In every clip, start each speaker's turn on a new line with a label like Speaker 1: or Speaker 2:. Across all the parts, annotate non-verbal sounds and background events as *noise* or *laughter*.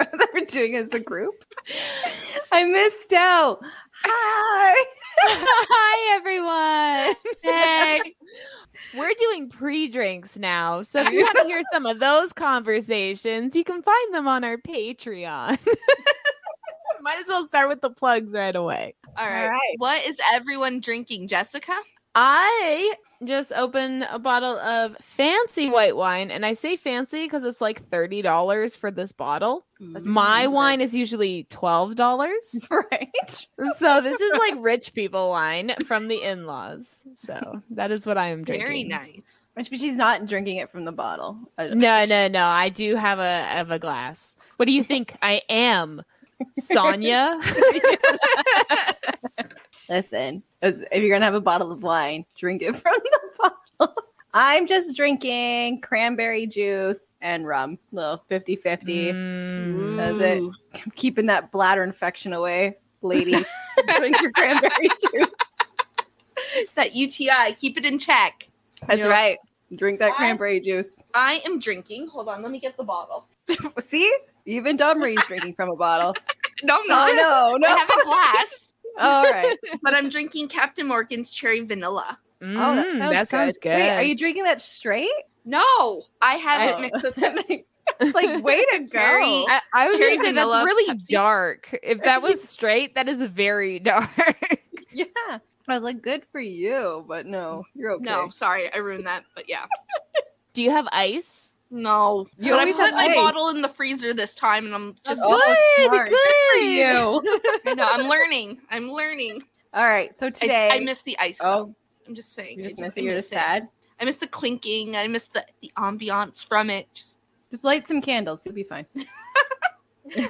Speaker 1: *laughs* We're doing it as a group. I missed out. Hi.
Speaker 2: *laughs* Hi, everyone.
Speaker 3: Hey.
Speaker 2: *laughs* We're doing pre drinks now. So if you want to hear some of those conversations, you can find them on our Patreon. *laughs* Might as well start with the plugs right away.
Speaker 3: All right.
Speaker 1: All right.
Speaker 3: What is everyone drinking, Jessica?
Speaker 2: I just opened a bottle of fancy white wine, and I say fancy because it's like $30 for this bottle. My wine is usually $12.
Speaker 1: *laughs* Right.
Speaker 2: so this is
Speaker 1: *laughs*
Speaker 2: like rich people wine from the in laws. So that is what I am drinking.
Speaker 3: Very nice.
Speaker 1: Which, but she's not drinking it from the bottle. I don't
Speaker 2: No,
Speaker 1: think she-
Speaker 2: no, no. I do have a have a glass. What do you think I
Speaker 1: *laughs*
Speaker 2: am, Sonia?
Speaker 1: Listen, as- if you're gonna have a bottle of wine, drink it *laughs* from the bottle. I'm just drinking cranberry juice and rum, little 50 50.
Speaker 2: Mm.
Speaker 1: That's it.
Speaker 3: Ooh.
Speaker 1: I'm keeping that bladder infection away, ladies. *laughs* drink your cranberry juice.
Speaker 3: That UTI, keep it in check.
Speaker 1: That's
Speaker 2: Yeah.
Speaker 1: right. Drink that
Speaker 3: I-
Speaker 1: cranberry juice. *laughs*
Speaker 3: I am drinking. Hold on, let me get the bottle.
Speaker 1: See, even Dumry's drinking from a
Speaker 3: *laughs*
Speaker 1: bottle.
Speaker 3: No, I'm
Speaker 1: No,
Speaker 3: not.
Speaker 1: no, no.
Speaker 3: I have a *laughs* glass,
Speaker 1: *laughs* All right.
Speaker 3: but I'm drinking Captain Morgan's cherry vanilla.
Speaker 1: Oh, that
Speaker 2: Mm,
Speaker 1: sounds,
Speaker 2: that sounds good.
Speaker 1: Wait, are you drinking that straight? *laughs*
Speaker 3: No, I have
Speaker 1: Oh.
Speaker 3: it mixed with *laughs*
Speaker 1: *laughs* it's like, way to go.
Speaker 3: Cherry-
Speaker 2: I, I was
Speaker 3: Cherry
Speaker 2: going to say that's
Speaker 3: vanilla
Speaker 2: really
Speaker 3: Pepsi.
Speaker 2: dark. If that was *laughs* straight, that is very *laughs* dark.
Speaker 1: Yeah. I was like, good for you, but no, you're okay.
Speaker 3: No, sorry, I ruined that, but yeah.
Speaker 2: do you have ice?
Speaker 3: No.
Speaker 1: You
Speaker 3: but I
Speaker 1: always
Speaker 3: put
Speaker 1: have
Speaker 3: my
Speaker 1: ice.
Speaker 3: bottle in the freezer this time and I'm just
Speaker 1: Oh,
Speaker 2: good,
Speaker 1: smart.
Speaker 2: good.
Speaker 1: *laughs*
Speaker 2: *laughs*
Speaker 1: for you.
Speaker 3: I know, I'm learning. I'm learning.
Speaker 1: *laughs* All right. So
Speaker 3: I-
Speaker 1: today,
Speaker 3: I, miss the ice. though.
Speaker 1: Oh,
Speaker 3: I'm just saying.
Speaker 1: you just
Speaker 3: I
Speaker 1: miss
Speaker 3: I
Speaker 1: it. You're
Speaker 3: miss
Speaker 1: just sad.
Speaker 3: I miss the clinking. I miss the, the ambiance from it.
Speaker 1: *laughs*
Speaker 3: Just
Speaker 1: Just light some candles. You'll be fine.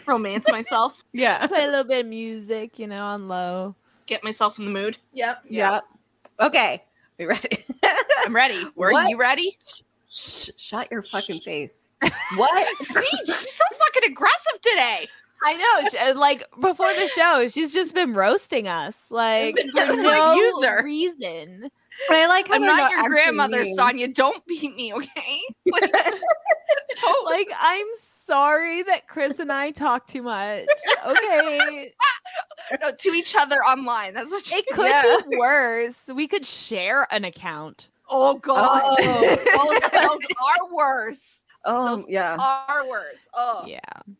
Speaker 3: romance myself.
Speaker 1: Yeah.
Speaker 2: Play a little bit of music, you know, on low.
Speaker 3: Get myself in the mood. Yep.
Speaker 1: Yeah. Okay. We
Speaker 3: *laughs*
Speaker 1: ready?
Speaker 3: I'm ready. Were
Speaker 1: What?
Speaker 3: you ready?
Speaker 1: Shh, shut your fucking
Speaker 3: *laughs*
Speaker 1: face. What?
Speaker 3: See, she's so fucking aggressive today.
Speaker 2: I know. she- like before the show, she's just been roasting us, like for *laughs*
Speaker 3: Like,
Speaker 2: no
Speaker 3: user.
Speaker 2: reason.
Speaker 1: But I like how
Speaker 3: I'm
Speaker 1: they're
Speaker 3: not your
Speaker 1: actually
Speaker 3: grandmother,
Speaker 1: mean.
Speaker 3: Sonia. Don't beat
Speaker 1: *laughs*
Speaker 3: me, okay? Like,
Speaker 2: Like I'm sorry that Chris and I talk too much. *laughs* Okay,
Speaker 3: no, to each other online. That's what she.
Speaker 2: it could
Speaker 1: Yeah.
Speaker 2: be worse. We could share an account.
Speaker 3: *laughs* oh God,
Speaker 1: Oh.
Speaker 3: those, those are worse.
Speaker 1: Oh,
Speaker 3: Those
Speaker 1: yeah.
Speaker 3: Are worse. Oh,
Speaker 2: Yeah,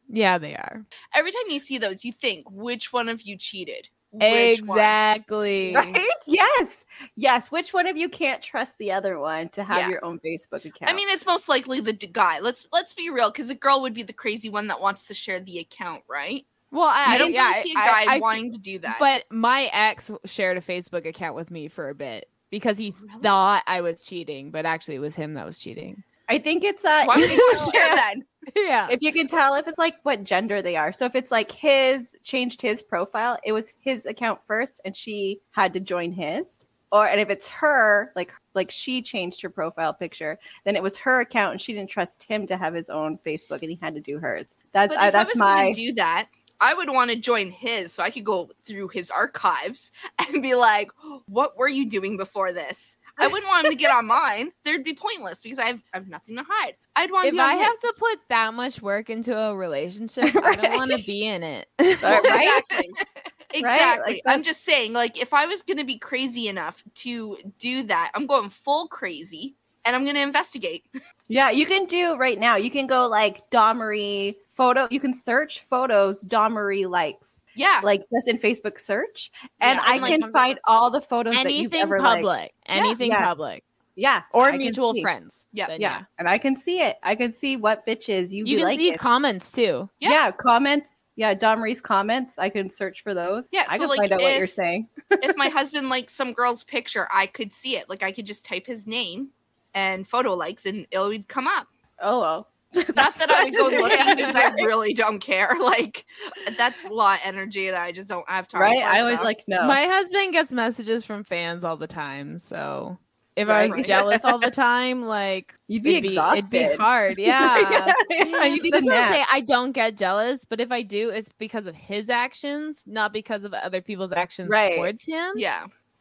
Speaker 2: yeah, they are
Speaker 3: every time you see those, you think which one of you cheated? Which one?
Speaker 2: exactly. *laughs*
Speaker 1: Right? Yes. Yes. Which one of you can't trust the other one to have
Speaker 3: Yeah.
Speaker 1: your own Facebook account?
Speaker 3: I mean, it's most likely the d- guy. Let's let's be real, because the girl would be the crazy one that wants to share the account, right?
Speaker 2: Well, I,
Speaker 3: I don't
Speaker 2: yeah,
Speaker 3: really see a
Speaker 2: I-
Speaker 3: guy
Speaker 2: I- I-
Speaker 3: wanting to do that.
Speaker 2: But my ex shared a Facebook account with me for a bit because he thought I was cheating, but actually it was him that was
Speaker 1: *laughs*
Speaker 2: cheating.
Speaker 1: I think it's uh,
Speaker 3: why would
Speaker 1: if
Speaker 3: you
Speaker 1: you *laughs*
Speaker 2: *laughs*
Speaker 1: can
Speaker 3: share
Speaker 1: tell-
Speaker 3: that?
Speaker 2: Yeah.
Speaker 1: If you can tell if it's like what gender they are. So if it's like his changed his profile, it was his account first and she had to join his. Or and if it's her, like like she changed her profile picture, then it was her account and she didn't trust him to have his own Facebook and he had to do hers.
Speaker 2: uh,
Speaker 1: That's
Speaker 3: But
Speaker 1: I,
Speaker 3: if I was
Speaker 1: that's
Speaker 3: going
Speaker 1: my
Speaker 3: to do that, I would want to join his so I could go through his archives *laughs* and be like, "What were you doing before this?" I wouldn't want him to get on mine. There'd be pointless because I have, I have nothing to hide. I'd want.
Speaker 2: If
Speaker 3: him
Speaker 2: I
Speaker 3: on
Speaker 2: have
Speaker 3: his.
Speaker 2: to put that much work into a
Speaker 1: *laughs*
Speaker 2: relationship, I don't want to be in it.
Speaker 1: All *laughs* right.
Speaker 3: exactly. Exactly.
Speaker 1: Like,
Speaker 3: I'm
Speaker 1: that's-
Speaker 3: just saying, like, if I was going to be crazy enough to do that, I'm going full crazy and I'm going to investigate.
Speaker 1: Yeah, you can do right now. You can go like Domery photo. You can search photos Domery likes,
Speaker 3: Yeah.
Speaker 1: like just in Facebook search, and
Speaker 3: Yeah,
Speaker 1: I
Speaker 3: and, like,
Speaker 1: can find all the photos that
Speaker 2: anything
Speaker 1: you've ever
Speaker 2: public,
Speaker 1: Liked.
Speaker 2: anything
Speaker 1: Yeah.
Speaker 2: public,
Speaker 1: Yeah, I
Speaker 2: or
Speaker 1: can
Speaker 2: mutual
Speaker 1: see.
Speaker 2: friends.
Speaker 3: Yeah.
Speaker 2: then
Speaker 1: Yeah, and I can see it. I can see what bitches you,
Speaker 2: You,
Speaker 1: be
Speaker 2: can
Speaker 1: like
Speaker 2: see
Speaker 1: it.
Speaker 2: comments too.
Speaker 3: Yeah.
Speaker 1: yeah. comments. Yeah, Domery's comments. I can search for those.
Speaker 3: Yeah,
Speaker 1: I can
Speaker 3: so, like,
Speaker 1: find out what
Speaker 3: if-
Speaker 1: you're saying.
Speaker 3: if my husband likes some girl's picture, I could see it. Like, I could just type his name and photo likes and it would come up.
Speaker 1: *laughs* Oh well,
Speaker 3: Not that I would go
Speaker 1: Yeah,
Speaker 3: looking because I
Speaker 1: *laughs* right.
Speaker 3: really don't care. *laughs* Like that's a lot of energy that I just don't have time.
Speaker 1: right?
Speaker 3: for
Speaker 1: I was
Speaker 3: so.
Speaker 1: like, no.
Speaker 2: My husband gets messages from fans all the time, so if I
Speaker 3: Right,
Speaker 2: was
Speaker 3: right.
Speaker 2: jealous all
Speaker 1: *laughs*
Speaker 2: the time, like
Speaker 1: You'd be
Speaker 2: it'd it'd be
Speaker 1: *laughs* exhausted.
Speaker 2: hard. Yeah. *laughs*
Speaker 1: yeah, you need a
Speaker 2: That's what I
Speaker 1: nap.
Speaker 2: say. I don't get jealous, but if I do, it's because of his actions, not because of other people's actions
Speaker 1: Right.
Speaker 2: towards him.
Speaker 3: yeah,
Speaker 2: It's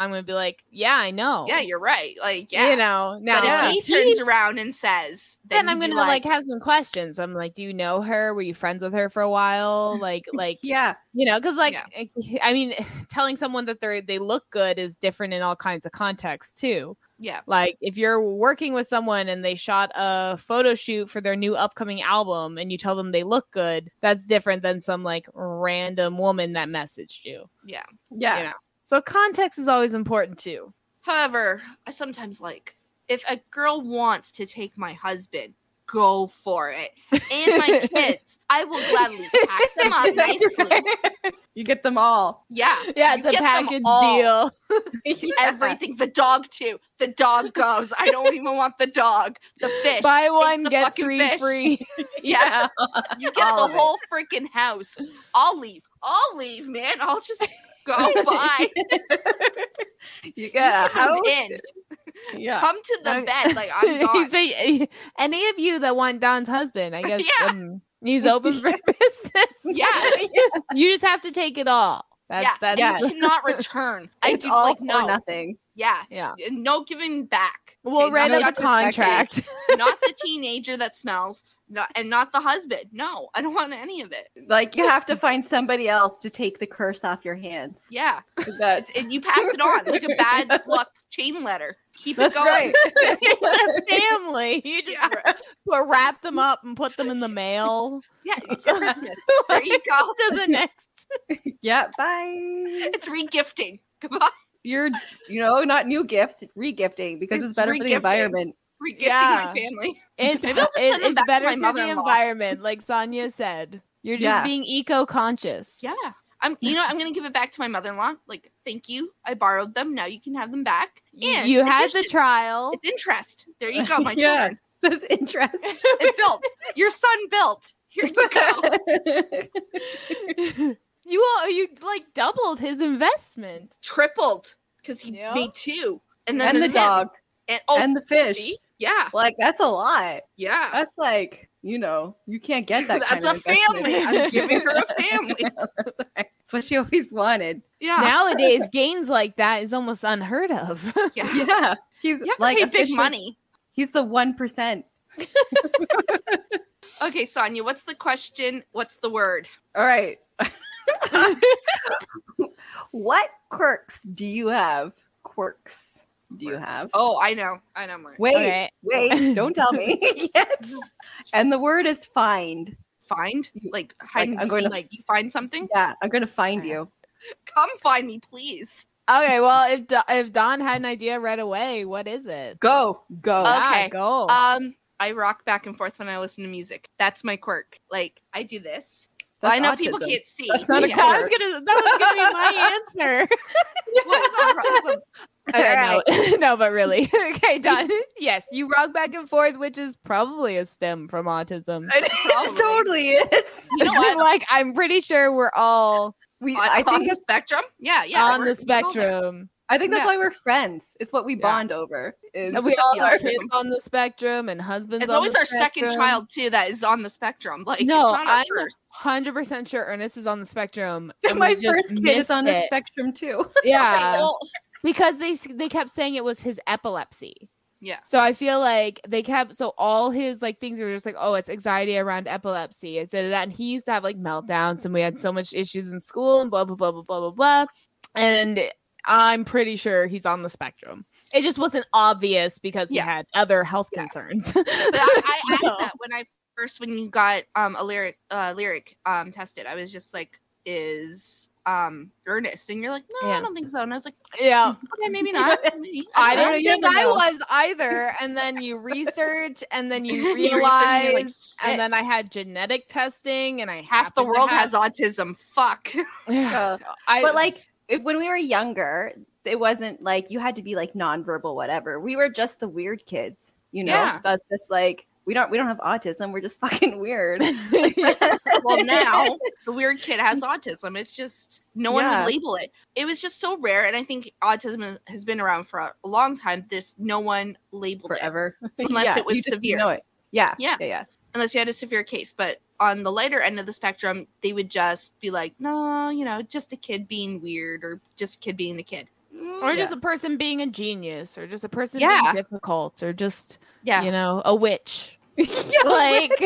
Speaker 2: I'm gonna be like, yeah, I know.
Speaker 3: yeah, you're right. Like yeah,
Speaker 2: you know. Now
Speaker 3: But
Speaker 1: Yeah.
Speaker 3: if he turns around and says,
Speaker 2: *laughs* then, I'm
Speaker 3: you'd be
Speaker 2: gonna like, have some questions. I'm like, do you know her? Were you friends with her for a
Speaker 3: *laughs*
Speaker 2: while? Like, like
Speaker 1: Yeah,
Speaker 2: you know, because like, eh,
Speaker 3: Yeah.
Speaker 2: I mean, *laughs* telling someone that they are they look good is different in all kinds of contexts too.
Speaker 3: yeah,
Speaker 2: Like, if you're working with someone and they shot a photo shoot for their new upcoming album, and you tell them they look good, that's different than some like random woman that messaged you.
Speaker 3: yeah.
Speaker 1: yeah.
Speaker 2: You know, so context is always important too.
Speaker 3: However, I sometimes like if a girl wants to take my husband, go for it. And
Speaker 2: *laughs*
Speaker 3: my kids, I will gladly pack them up nicely.
Speaker 1: *laughs* you get them all. *laughs*
Speaker 3: Yeah.
Speaker 2: Yeah,
Speaker 3: you
Speaker 2: it's a
Speaker 3: get them
Speaker 2: package
Speaker 3: all.
Speaker 2: deal. *laughs*
Speaker 3: Everything. The dog too. The dog goes. I don't even want the dog. The fish.
Speaker 2: Buy
Speaker 3: Take
Speaker 2: one,
Speaker 3: the
Speaker 2: get
Speaker 3: fucking
Speaker 2: three
Speaker 3: fish.
Speaker 2: free.
Speaker 3: Yeah. You get
Speaker 1: All
Speaker 3: the
Speaker 1: of it.
Speaker 3: whole freaking house. I'll leave. I'll leave, man. I'll just
Speaker 2: *laughs*
Speaker 3: go by.
Speaker 1: You
Speaker 3: Yeah,
Speaker 1: get a house.
Speaker 3: come in.
Speaker 1: Yeah.
Speaker 3: Come to the
Speaker 2: I'm-
Speaker 3: bed. Like I'm
Speaker 2: *laughs* He's
Speaker 3: gone.
Speaker 2: a- any of you that want Don's husband,
Speaker 3: *laughs*
Speaker 2: I guess
Speaker 3: Yeah.
Speaker 2: um, he's open
Speaker 3: *laughs*
Speaker 2: for business.
Speaker 3: Yeah.
Speaker 2: You just have to take it all. That's
Speaker 3: yeah.
Speaker 2: that's
Speaker 3: and you cannot return. I
Speaker 1: It's
Speaker 3: do
Speaker 1: all
Speaker 3: like
Speaker 1: for
Speaker 3: no.
Speaker 1: nothing.
Speaker 3: Yeah.
Speaker 2: yeah.
Speaker 3: And no giving back.
Speaker 2: Well,
Speaker 3: Okay,
Speaker 2: right
Speaker 3: not,
Speaker 2: out the
Speaker 1: just back
Speaker 2: contract.
Speaker 3: not the teenager that smells, not, and not the husband. No, I don't want any of it.
Speaker 1: Like you have to find somebody else to take the curse off your hands.
Speaker 3: Yeah,
Speaker 1: That's
Speaker 3: and you pass it on like a bad luck chain letter. Keep
Speaker 1: *laughs* that's
Speaker 3: it going. *laughs*
Speaker 1: right.
Speaker 2: *laughs* That's family. You just
Speaker 3: Yeah.
Speaker 2: wra- wra- wrap them up and put them in the mail *laughs*
Speaker 3: Yeah, it's Christmas. There you go.
Speaker 2: to the next.
Speaker 1: *laughs* yeah. Bye.
Speaker 3: It's regifting. Goodbye.
Speaker 1: You're, you know, not new gifts, regifting because it's,
Speaker 3: It's
Speaker 1: better for the
Speaker 3: regifting.
Speaker 1: environment. *laughs*
Speaker 3: Regifting
Speaker 2: Yeah.
Speaker 3: my family.
Speaker 2: *laughs* It's,
Speaker 3: Maybe I'll just
Speaker 2: it-
Speaker 3: send them
Speaker 2: it's
Speaker 3: back to
Speaker 2: better
Speaker 3: my
Speaker 2: for the
Speaker 3: mother-in-law.
Speaker 2: environment, like Sonia said. You're just
Speaker 1: Yeah.
Speaker 2: being eco-conscious.
Speaker 3: Yeah. I'm, you know, I'm gonna give it back to my mother-in-law. Like, thank you. I borrowed them. Now you can have them back.
Speaker 2: You,
Speaker 3: And
Speaker 2: you
Speaker 3: it's
Speaker 2: had
Speaker 3: just-
Speaker 2: the *laughs* trial.
Speaker 3: It's interest. There you go, my
Speaker 1: Yeah.
Speaker 3: children.
Speaker 1: This interest.
Speaker 3: *laughs* It built. Your son built. Here you
Speaker 1: *laughs*
Speaker 3: go.
Speaker 2: you all, you like doubled his investment.
Speaker 3: tripled because he
Speaker 2: Yeah.
Speaker 3: made two, and then
Speaker 1: and the
Speaker 3: there's him.
Speaker 1: dog
Speaker 3: and oh,
Speaker 1: and the fish.
Speaker 3: see? yeah,
Speaker 1: Like that's a lot.
Speaker 3: yeah.
Speaker 1: That's like you know you can't get that.
Speaker 3: *laughs* That's
Speaker 1: kind of
Speaker 3: a
Speaker 1: investment.
Speaker 3: family.
Speaker 1: *laughs*
Speaker 3: I'm giving her a family.
Speaker 1: That's right. It's what she always
Speaker 3: *laughs*
Speaker 1: wanted.
Speaker 3: Yeah,
Speaker 1: *laughs*
Speaker 2: Nowadays, gains like that is almost unheard of. *laughs*
Speaker 3: yeah. You
Speaker 1: Yeah, he's
Speaker 3: have to
Speaker 1: like
Speaker 3: pay big
Speaker 1: officially-
Speaker 3: money.
Speaker 1: He's the one percent.
Speaker 3: Okay, Sonia, what's the question? What's the word?
Speaker 1: All
Speaker 3: *laughs*
Speaker 1: right. *laughs* what quirks do you have? Quirks do you have?
Speaker 3: Oh, I know, I know. Mine.
Speaker 1: wait,
Speaker 2: okay.
Speaker 1: wait! Don't tell *laughs* me yet. And the word is find.
Speaker 3: Find like
Speaker 1: Like,
Speaker 3: hide and
Speaker 1: I'm going
Speaker 3: seek.
Speaker 1: to-
Speaker 3: like you find something,
Speaker 1: Yeah, I'm gonna find you.
Speaker 3: come find me, please.
Speaker 2: okay, well, if Do- if Don had an idea right away, what is it?
Speaker 1: Go, go.
Speaker 3: Uh,
Speaker 2: Oh, Yeah,
Speaker 3: okay.
Speaker 2: go.
Speaker 1: Oh.
Speaker 3: Um, I rock back and forth when I listen to music. That's my quirk. Like I do this.
Speaker 1: That's
Speaker 3: I know people
Speaker 1: autism. *laughs*
Speaker 3: can't see.
Speaker 1: That's not
Speaker 2: *laughs*
Speaker 1: a
Speaker 2: Yeah,
Speaker 1: quirk.
Speaker 2: I was gonna. That was *laughs* gonna be my answer.
Speaker 3: What?
Speaker 2: Okay, no, no, but *laughs* really, okay, Don. Yes, you rock back and forth, which is probably a stem from autism.
Speaker 1: It
Speaker 3: Probably.
Speaker 1: totally is.
Speaker 2: *laughs* You know what? Like, I'm pretty sure we're all
Speaker 1: We,
Speaker 3: on,
Speaker 1: I
Speaker 3: on
Speaker 1: think
Speaker 3: the
Speaker 1: that's,
Speaker 3: spectrum. Yeah, yeah.
Speaker 2: on
Speaker 3: we're-
Speaker 2: the
Speaker 3: we're all there.
Speaker 2: spectrum.
Speaker 1: I think that's
Speaker 3: Yeah.
Speaker 1: why we're friends. It's what we
Speaker 3: Yeah.
Speaker 1: bond over. is- *laughs*
Speaker 2: And we all
Speaker 3: Yeah.
Speaker 2: have kids on the spectrum and husbands.
Speaker 3: It's
Speaker 2: on
Speaker 3: always
Speaker 2: the
Speaker 3: our second
Speaker 2: spectrum.
Speaker 3: child too that is on the spectrum. Like
Speaker 2: No,
Speaker 3: it's not our
Speaker 2: I'm
Speaker 3: first.
Speaker 2: hundred percent sure Ernest is on the spectrum. and
Speaker 1: my
Speaker 2: we just
Speaker 1: first kid is on the
Speaker 2: missed it.
Speaker 1: spectrum too.
Speaker 2: Yeah,
Speaker 3: Well,
Speaker 2: because they s- they kept saying it was his epilepsy. *laughs*
Speaker 3: yeah.
Speaker 2: So I feel like they kept so all his like things were just like, oh, it's anxiety around epilepsy. It's that, and he used to have like meltdowns, and we had so much issues in school, and blah blah blah blah blah blah blah. And I'm pretty sure he's on the spectrum. It just wasn't obvious because
Speaker 3: Yeah.
Speaker 2: he had other health
Speaker 3: Yeah.
Speaker 2: concerns. *laughs*
Speaker 3: But I, I asked
Speaker 2: No.
Speaker 3: that when I first when you got um a lyric uh lyric um tested. I was just like, is um Ernest? And you're like, no,
Speaker 2: Yeah.
Speaker 3: I don't think so. And I was like,
Speaker 2: yeah.
Speaker 3: okay, maybe not. Maybe.
Speaker 2: I didn't
Speaker 1: That's right.
Speaker 2: think
Speaker 1: You don't
Speaker 2: I
Speaker 1: know.
Speaker 2: was either. And then you research, and then *laughs* you
Speaker 3: *laughs* You research and
Speaker 2: realize,
Speaker 3: you're like,
Speaker 2: and then
Speaker 3: "Shit,
Speaker 2: I had genetic testing, and I
Speaker 3: half the
Speaker 2: happened to
Speaker 3: world
Speaker 2: have- *laughs*
Speaker 3: has autism. Fuck.
Speaker 2: Yeah.
Speaker 1: Uh,
Speaker 2: I,
Speaker 1: *laughs* but like if, when we were younger, it wasn't like you had to be like nonverbal, whatever. We were just the weird kids, you know.
Speaker 3: Yeah.
Speaker 1: That's just like we don't we don't have autism. We're just *laughs* fucking weird. *laughs*
Speaker 3: well now the weird kid has autism it's just no one
Speaker 1: Yeah.
Speaker 3: would label it it was just so rare and i think autism has been around for a long time this no one labeled it
Speaker 1: forever. *laughs*
Speaker 3: Unless it was
Speaker 1: you just
Speaker 3: severe.
Speaker 1: Know it. Yeah,
Speaker 3: Yeah.
Speaker 1: yeah, yeah.
Speaker 3: unless you had a severe case but on the lighter end of the spectrum they would just be like no you know just a kid being weird or just a kid being a kid Mm,
Speaker 2: or just a person being a genius, or just a person
Speaker 3: Yeah.
Speaker 2: being difficult, or just
Speaker 3: yeah
Speaker 2: you know a
Speaker 3: *laughs*
Speaker 2: witch. *laughs* like, like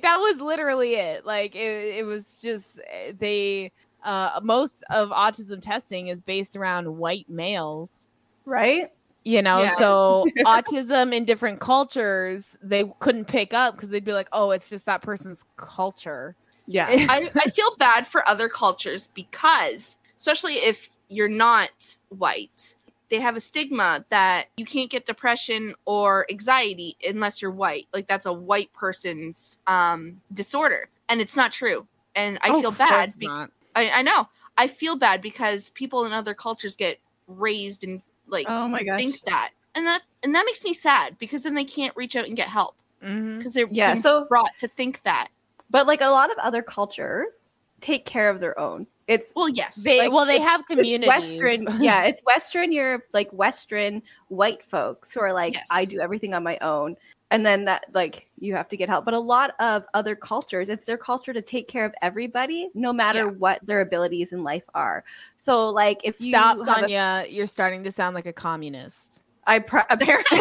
Speaker 2: that was literally it. Like it, it was just eh, they. Uh, most of autism testing is based around white males.
Speaker 1: Right?
Speaker 2: you know
Speaker 3: Yeah.
Speaker 2: so
Speaker 3: *laughs*
Speaker 2: autism in different cultures they couldn't pick up because they'd be like oh it's just that person's culture
Speaker 1: Yeah.
Speaker 3: I, I feel bad for other cultures because, especially if you're not white, they have a stigma that you can't get depression or anxiety unless you're white. Like that's a white person's um, disorder, and it's not true. And I
Speaker 2: Oh,
Speaker 3: feel
Speaker 2: of
Speaker 3: bad.
Speaker 2: course
Speaker 3: be-
Speaker 2: not.
Speaker 3: I, I know. I feel bad because people in other cultures get raised and like
Speaker 1: Oh my
Speaker 3: to
Speaker 1: gosh.
Speaker 3: think that, and that and that makes me sad because then they can't reach out and get help
Speaker 2: Mhm.
Speaker 3: because they're
Speaker 1: *laughs* *laughs* Yeah,
Speaker 3: being
Speaker 1: so-
Speaker 3: brought to think that.
Speaker 1: but like a lot of other cultures take care of their own. It's
Speaker 3: Well, yes,
Speaker 2: they
Speaker 1: like,
Speaker 2: well they have
Speaker 1: it's
Speaker 2: communities
Speaker 1: *laughs* Western, yeah, it's Western Europe, like Western white folks who are like,
Speaker 3: Yes.
Speaker 1: I do everything on my own, and then that like you have to get help. But a lot of other cultures, it's their culture to take care of everybody, no matter
Speaker 3: Yeah.
Speaker 1: what their abilities in life are. So like if you
Speaker 2: stop
Speaker 1: have a-
Speaker 2: sonia you're starting to sound like a communist
Speaker 1: I *laughs* pr- apparently.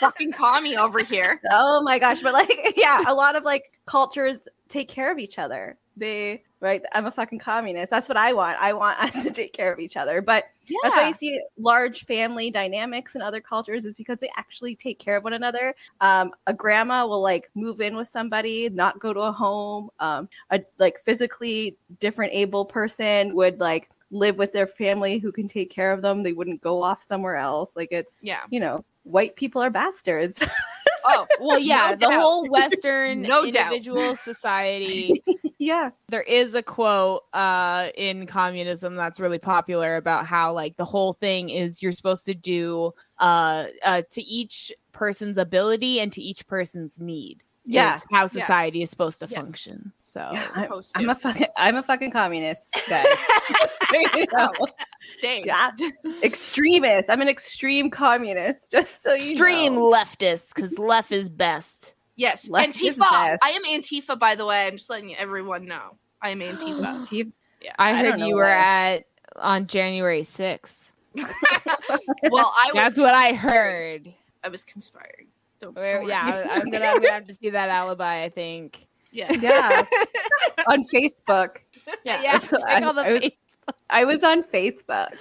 Speaker 3: fucking commie over here.
Speaker 1: Oh my gosh, but like *laughs* yeah, a lot of like cultures take care of each other. They right, I'm a fucking communist. That's what I want. I want us to take care of each other. But
Speaker 3: Yeah.
Speaker 1: that's why you see large family dynamics in other cultures is because they actually take care of one another. Um, a grandma will like move in with somebody, not go to a home. Um, a like physically different able person would like live with their family who can take care of them. They wouldn't go off somewhere else. Like it's
Speaker 3: yeah.
Speaker 1: you know, white people are bastards. *laughs*
Speaker 3: Oh,
Speaker 2: *laughs* well yeah *laughs* the
Speaker 3: doubt.
Speaker 2: whole western
Speaker 3: No doubt.
Speaker 2: individual *laughs* society
Speaker 1: yeah.
Speaker 2: there is a quote uh in communism that's really popular about how like the whole thing is you're supposed to do uh, uh to each person's ability and to each person's need
Speaker 1: Yeah.
Speaker 2: is how society is supposed to
Speaker 3: Yes.
Speaker 2: function so
Speaker 1: Yeah.
Speaker 3: I'm supposed to.
Speaker 1: I'm a fucking I'm a fucking communist, guys. You know?
Speaker 3: Dang.
Speaker 1: yeah. Extremist. I'm an extreme communist, just so you
Speaker 2: extreme
Speaker 1: know.
Speaker 2: leftist because left is best
Speaker 3: Yes.
Speaker 1: Left is
Speaker 3: Antifa.
Speaker 1: best.
Speaker 3: I am Antifa, by the way. I'm just letting everyone know. I am Antifa.
Speaker 1: *gasps* Chief-
Speaker 2: i,
Speaker 1: I
Speaker 2: heard
Speaker 1: don't know
Speaker 2: you were
Speaker 1: why.
Speaker 2: at on january 6th
Speaker 3: well, I was
Speaker 2: that's what i heard
Speaker 3: I was conspiring. Don't
Speaker 2: Where-
Speaker 3: don't worry.
Speaker 2: Oh, yeah I- I'm gonna, I'm gonna have to see that alibi i think
Speaker 3: yeah.
Speaker 1: Yeah. on Facebook.
Speaker 3: Yeah.
Speaker 2: *laughs* *laughs* yeah
Speaker 1: So
Speaker 2: check all the
Speaker 1: I- I was-
Speaker 2: face-
Speaker 1: I was on Facebook.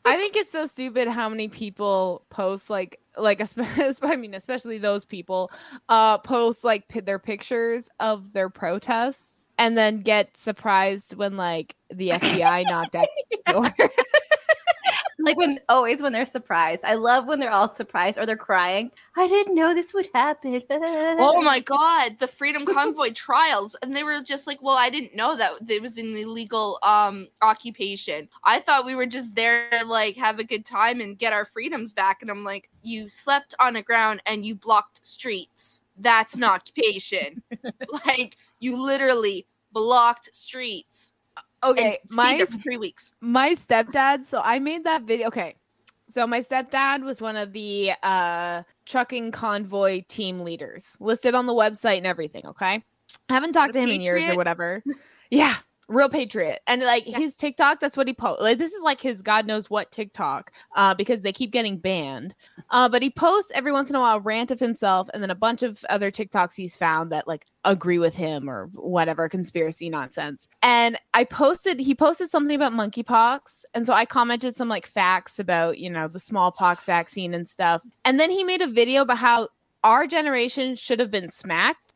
Speaker 2: *laughs* I think it's so stupid how many people post like like *laughs* espe- I mean especially those people uh post like pi their pictures of their protests and then get surprised when like the FBI knocked *laughs* at the door.
Speaker 1: Like when always when they're surprised. I love when they're all surprised or they're crying. I didn't know this would happen.
Speaker 3: Oh my God, the Freedom Convoy trials, and they were just like, "Well, I didn't know that it was an illegal um occupation. I thought we were just there to like have a good time and get our freedoms back." And I'm like, "You slept on the ground and you blocked streets. That's
Speaker 2: *laughs*
Speaker 3: an occupation. like you literally blocked streets.
Speaker 2: Okay,
Speaker 3: and
Speaker 2: my
Speaker 3: stayed there for three weeks.
Speaker 2: my stepdad so i made that video okay so my stepdad was one of the uh trucking convoy team leaders listed on the website and everything okay i haven't talked to him in years or
Speaker 3: patriot.
Speaker 2: whatever yeah real patriot and like his tiktok that's what he posts like this is like his god knows what tiktok uh because they keep getting banned uh but he posts every once in a while a rant of himself and then a bunch of other tiktoks he's found that like agree with him or whatever conspiracy nonsense and i posted he posted something about monkeypox and so i commented some like facts about you know the smallpox vaccine and stuff and then he made a video about how our generation should have been smacked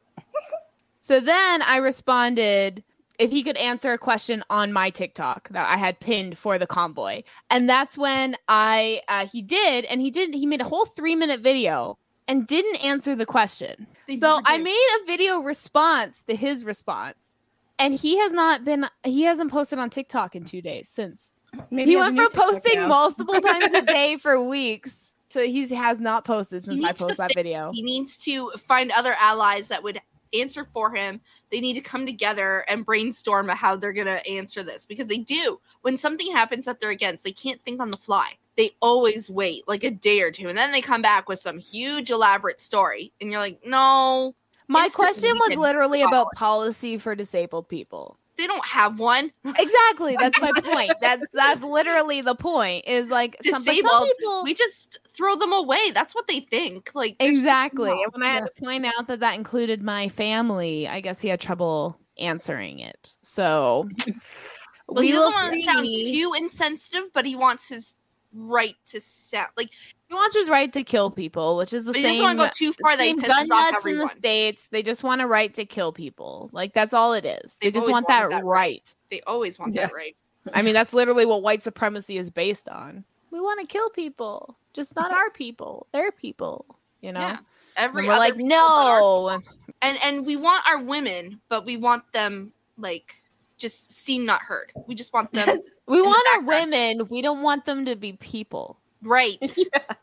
Speaker 2: so then i responded if he could answer a question on my TikTok that I had pinned for the convoy. And that's when I uh, he did, and he did he made a whole three minute video and didn't answer the question.
Speaker 3: They
Speaker 2: so
Speaker 3: never
Speaker 2: I
Speaker 3: do.
Speaker 2: made a video response to his response, and he has not been he hasn't posted on TikTok in two days since.
Speaker 1: Maybe
Speaker 2: he
Speaker 1: has
Speaker 2: went
Speaker 1: a new
Speaker 2: from
Speaker 1: TikTok
Speaker 2: posting
Speaker 1: now.
Speaker 2: multiple times a day for weeks to he has not posted since I
Speaker 3: needs to
Speaker 2: posted that
Speaker 3: fix-
Speaker 2: video.
Speaker 3: He needs to find other allies that would answer for him. They need to come together and brainstorm how they're going to answer this because they do. When something happens that they're against, they can't think on the fly. They always wait like a day or two and then they come back with some huge elaborate story. And you're like, no,
Speaker 2: My
Speaker 3: Instantly
Speaker 2: question was
Speaker 3: can
Speaker 2: literally
Speaker 3: follow
Speaker 2: about policy for disabled people.
Speaker 3: they don't have one.
Speaker 2: Exactly. That's my point. That's that's literally the point. Is like some, but some
Speaker 3: Disabled,
Speaker 2: people
Speaker 3: We just throw them away. That's what they think. Like, there's-
Speaker 2: exactly. And when I had to point out that that included my family, I guess he had trouble answering it. So
Speaker 3: *laughs* Well,
Speaker 2: we
Speaker 3: he
Speaker 2: will
Speaker 3: doesn't want to
Speaker 2: see.
Speaker 3: sound too insensitive, but he wants his right to sound like
Speaker 2: he wants his right to kill people, which is the
Speaker 3: But he
Speaker 2: same.
Speaker 3: doesn't want to go too far. They
Speaker 2: same
Speaker 3: piss
Speaker 2: gun
Speaker 3: off
Speaker 2: nuts in
Speaker 3: everyone.
Speaker 2: the states. They just want a right to kill people. Like that's all it is. They
Speaker 3: They've
Speaker 2: just
Speaker 3: always
Speaker 2: want that,
Speaker 3: wanted that
Speaker 2: right.
Speaker 3: they always want
Speaker 1: Yeah.
Speaker 3: that right.
Speaker 2: I mean, that's literally what white supremacy is based on. We want to kill people, just not our people. Their people. You know.
Speaker 3: Yeah. Every
Speaker 2: and we're
Speaker 3: other
Speaker 2: like,
Speaker 3: people that are-
Speaker 2: no. And
Speaker 3: and and we want our women, but we want them like just seen not heard. We just want them *laughs*
Speaker 1: Yes.
Speaker 2: We
Speaker 3: the
Speaker 2: want our
Speaker 3: background.
Speaker 2: women. We don't want them to be people.
Speaker 3: right.
Speaker 1: *laughs*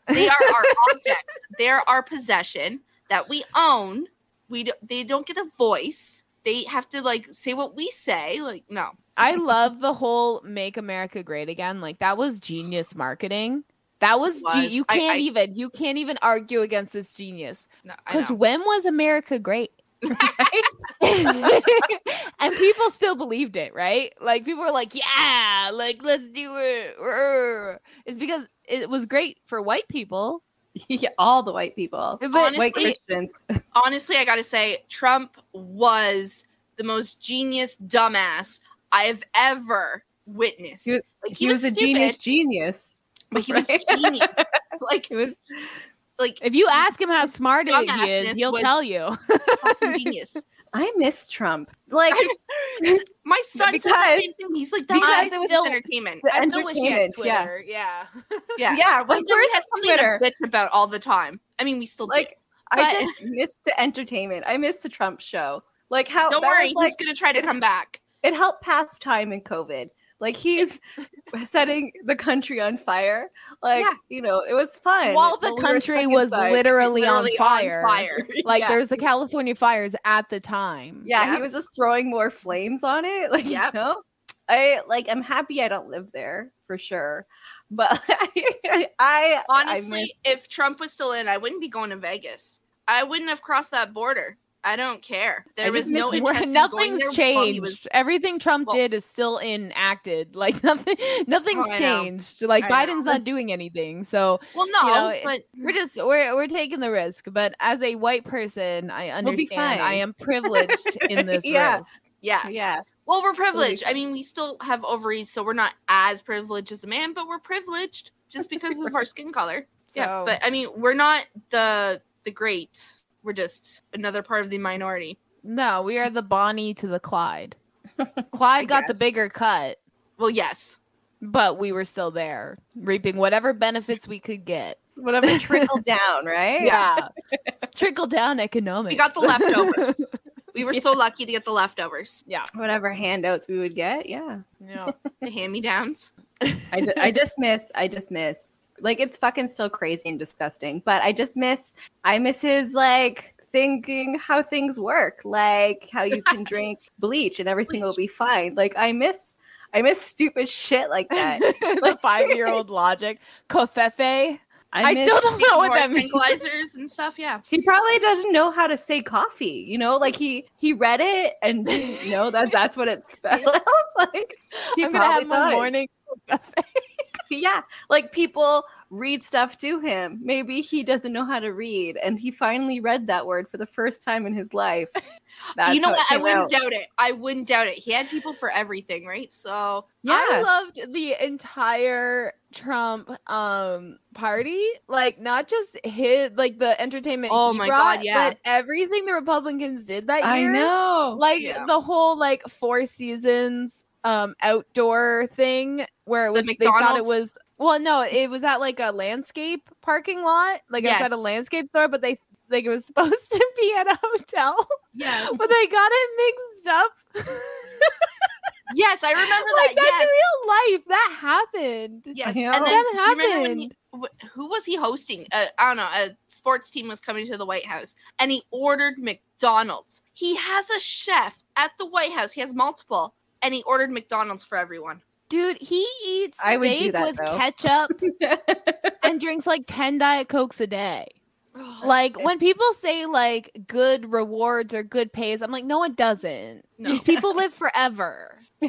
Speaker 3: They are our objects. They're our possession that we own. We d- they don't get a voice. They have to like say what we say. Like no,
Speaker 2: I love the whole "Make America Great Again." Like that was genius marketing. That was, ge-
Speaker 3: was.
Speaker 2: you
Speaker 3: I-
Speaker 2: can't
Speaker 3: I-
Speaker 2: even you can't even argue against this genius.
Speaker 3: no. I
Speaker 2: Because
Speaker 3: know.
Speaker 2: when was America
Speaker 3: *laughs*
Speaker 2: great? and people still believed it, right? Like people were like, "Yeah, like let's do it." Rrr." It's because it was great for white people,
Speaker 1: *laughs* yeah, all the white people,
Speaker 2: but
Speaker 1: white
Speaker 3: Honestly,
Speaker 1: Christians.
Speaker 3: honestly, I gotta say, Trump was the most genius dumbass I've ever witnessed.
Speaker 1: He was-
Speaker 3: like
Speaker 1: He was a
Speaker 3: stupid,
Speaker 1: genius, genius.
Speaker 3: *laughs* but he
Speaker 1: right?
Speaker 3: was
Speaker 1: *laughs*
Speaker 3: genius. like
Speaker 1: He was *laughs*
Speaker 3: like
Speaker 2: if you ask him how smart he
Speaker 3: Dumbassness
Speaker 2: is, he'll
Speaker 3: was-
Speaker 2: tell you.
Speaker 3: fucking genius.
Speaker 1: I miss Trump. Like
Speaker 3: My son said the
Speaker 1: Because-
Speaker 3: same thing. He's like that
Speaker 1: because
Speaker 3: was
Speaker 1: it was
Speaker 3: still
Speaker 1: the-
Speaker 3: entertainment.
Speaker 1: the
Speaker 3: I
Speaker 2: I still wish he had
Speaker 1: entertainment, yeah.
Speaker 2: Twitter. Yeah.
Speaker 3: yeah.
Speaker 1: yeah,
Speaker 3: Like,
Speaker 1: like where's
Speaker 3: we had something
Speaker 1: Twitter?
Speaker 3: to bitch about all the time. I mean, we still like.
Speaker 1: Like I just missed the entertainment. I missed the Trump show. Like how
Speaker 3: Don't
Speaker 1: oh, that
Speaker 3: worry,
Speaker 1: was, like
Speaker 3: he's gonna
Speaker 1: *laughs*
Speaker 3: try to come back.
Speaker 1: it helped pass time in COVID. Like
Speaker 3: *laughs*
Speaker 1: he's setting the country on fire. Like
Speaker 3: Yeah.
Speaker 1: you know, it was fun
Speaker 2: While the
Speaker 1: when we were
Speaker 2: country
Speaker 1: stuck
Speaker 2: was
Speaker 1: inside.
Speaker 2: literally, on, fire,
Speaker 3: *laughs*
Speaker 2: like
Speaker 1: *laughs* Yeah.
Speaker 2: there's the California fires at the time.
Speaker 1: Yeah,
Speaker 3: Yeah.
Speaker 1: he was just throwing more flames on it. *laughs* Like
Speaker 3: Yep.
Speaker 1: you know, I like I'm happy I don't live there for sure, but *laughs* I, I
Speaker 3: Honestly, if Trump was still in, I wouldn't be going to Vegas. I wouldn't have crossed that border. I don't care. There
Speaker 1: just
Speaker 3: was
Speaker 1: miss
Speaker 3: no
Speaker 2: *laughs*
Speaker 1: where-
Speaker 2: We're-
Speaker 1: *laughs*
Speaker 3: interest in going
Speaker 2: nothing's
Speaker 3: there while he
Speaker 2: changed.
Speaker 3: was-
Speaker 2: Everything Trump
Speaker 3: Well-
Speaker 2: did is still enacted. *laughs* Like nothing, nothing's
Speaker 3: Oh, I know.
Speaker 2: changed. Like
Speaker 3: I know.
Speaker 2: Biden's not doing anything. So
Speaker 3: Well, no,
Speaker 2: know, it-
Speaker 3: but
Speaker 2: we're
Speaker 3: *laughs*
Speaker 2: just we're we're taking the risk. But as a white person, I
Speaker 1: We'll be
Speaker 2: understand. I
Speaker 1: fine.
Speaker 3: *laughs*
Speaker 2: am privileged in this
Speaker 1: Yeah.
Speaker 2: risk.
Speaker 3: yeah.
Speaker 1: yeah,
Speaker 3: Well, we're privileged. I mean, we still have ovaries, so we're not as privileged as a man, but we're privileged just because
Speaker 2: *laughs*
Speaker 3: of our skin color. Yeah,
Speaker 2: So-
Speaker 3: but I mean, we're not the the great. We're just another part of the minority.
Speaker 2: No, we are the Bonnie to the
Speaker 3: *laughs*
Speaker 2: Clyde. Clyde got the
Speaker 1: guess.
Speaker 2: bigger cut.
Speaker 3: Well, yes.
Speaker 2: but we were still there reaping whatever benefits we could get.
Speaker 1: whatever trickle down,
Speaker 3: *laughs*
Speaker 1: right?
Speaker 2: Yeah. *laughs* Trickle down economics.
Speaker 3: We got the leftovers.
Speaker 2: *laughs*
Speaker 3: we were so lucky to get the leftovers,
Speaker 2: yeah.
Speaker 1: whatever handouts we would get. Yeah.
Speaker 2: No.
Speaker 3: the hand me downs.
Speaker 1: I, ju- I just miss, I just miss. Like, it's fucking still crazy and disgusting, but I just miss, I miss his like thinking how things work, like how
Speaker 2: *laughs*
Speaker 1: you can drink bleach and everything will be fine. Like I miss I miss stupid shit like that.
Speaker 2: the five year old logic. Kofefe. I
Speaker 1: miss-
Speaker 2: still don't know *laughs* what that means.
Speaker 3: tranquilizers and stuff. Yeah.
Speaker 1: He probably doesn't know how to say coffee, you know? Like he he read it and didn't know that that's what it *laughs* spells. like he
Speaker 2: I'm gonna have
Speaker 1: probably
Speaker 2: my
Speaker 1: thought-
Speaker 2: morning.
Speaker 1: Yeah, like people read stuff to him. Maybe he doesn't know how to read, and he finally read that word for the first time in his
Speaker 3: *laughs*
Speaker 1: life. That's
Speaker 3: you know
Speaker 1: how it
Speaker 3: what? I
Speaker 1: came
Speaker 3: wouldn't
Speaker 1: out.
Speaker 3: doubt it. I wouldn't doubt it. He had people for everything, right? So
Speaker 2: I
Speaker 1: Yeah.
Speaker 2: loved the entire Trump um party. Like not just his like the entertainment.
Speaker 3: Oh
Speaker 2: he
Speaker 3: my
Speaker 2: brought,
Speaker 3: God, yeah.
Speaker 2: But everything the Republicans did that
Speaker 1: I
Speaker 2: year.
Speaker 1: know.
Speaker 2: Like
Speaker 3: Yeah.
Speaker 2: the whole like four seasons um outdoor thing where it
Speaker 3: The
Speaker 2: was they thought it
Speaker 3: McDonald's?
Speaker 2: was well no it was at like a landscape parking lot like outside a
Speaker 3: Yes.
Speaker 2: landscape store but they like it was *laughs* supposed to be at a hotel *laughs*
Speaker 3: yes, *laughs*
Speaker 2: but they got it mixed up
Speaker 3: yes, I remember that.
Speaker 2: *laughs* like that's
Speaker 3: yes.
Speaker 2: real life that happened
Speaker 3: Yes,
Speaker 1: I know.
Speaker 3: and then
Speaker 2: That
Speaker 3: you remember when he- wh- who was he hosting? Uh, I don't know. A sports team was coming to the White House, and he ordered McDonald's. He has a chef at the White House. He has multiple, and he ordered McDonald's for everyone.
Speaker 2: dude he eats
Speaker 1: I would do
Speaker 2: steak
Speaker 1: that,
Speaker 2: with
Speaker 1: though.
Speaker 2: ketchup
Speaker 1: *laughs*
Speaker 2: and drinks like 10 diet cokes a day like when people say like good rewards or good pays i'm like no it doesn't
Speaker 3: No.
Speaker 2: these people live forever *laughs*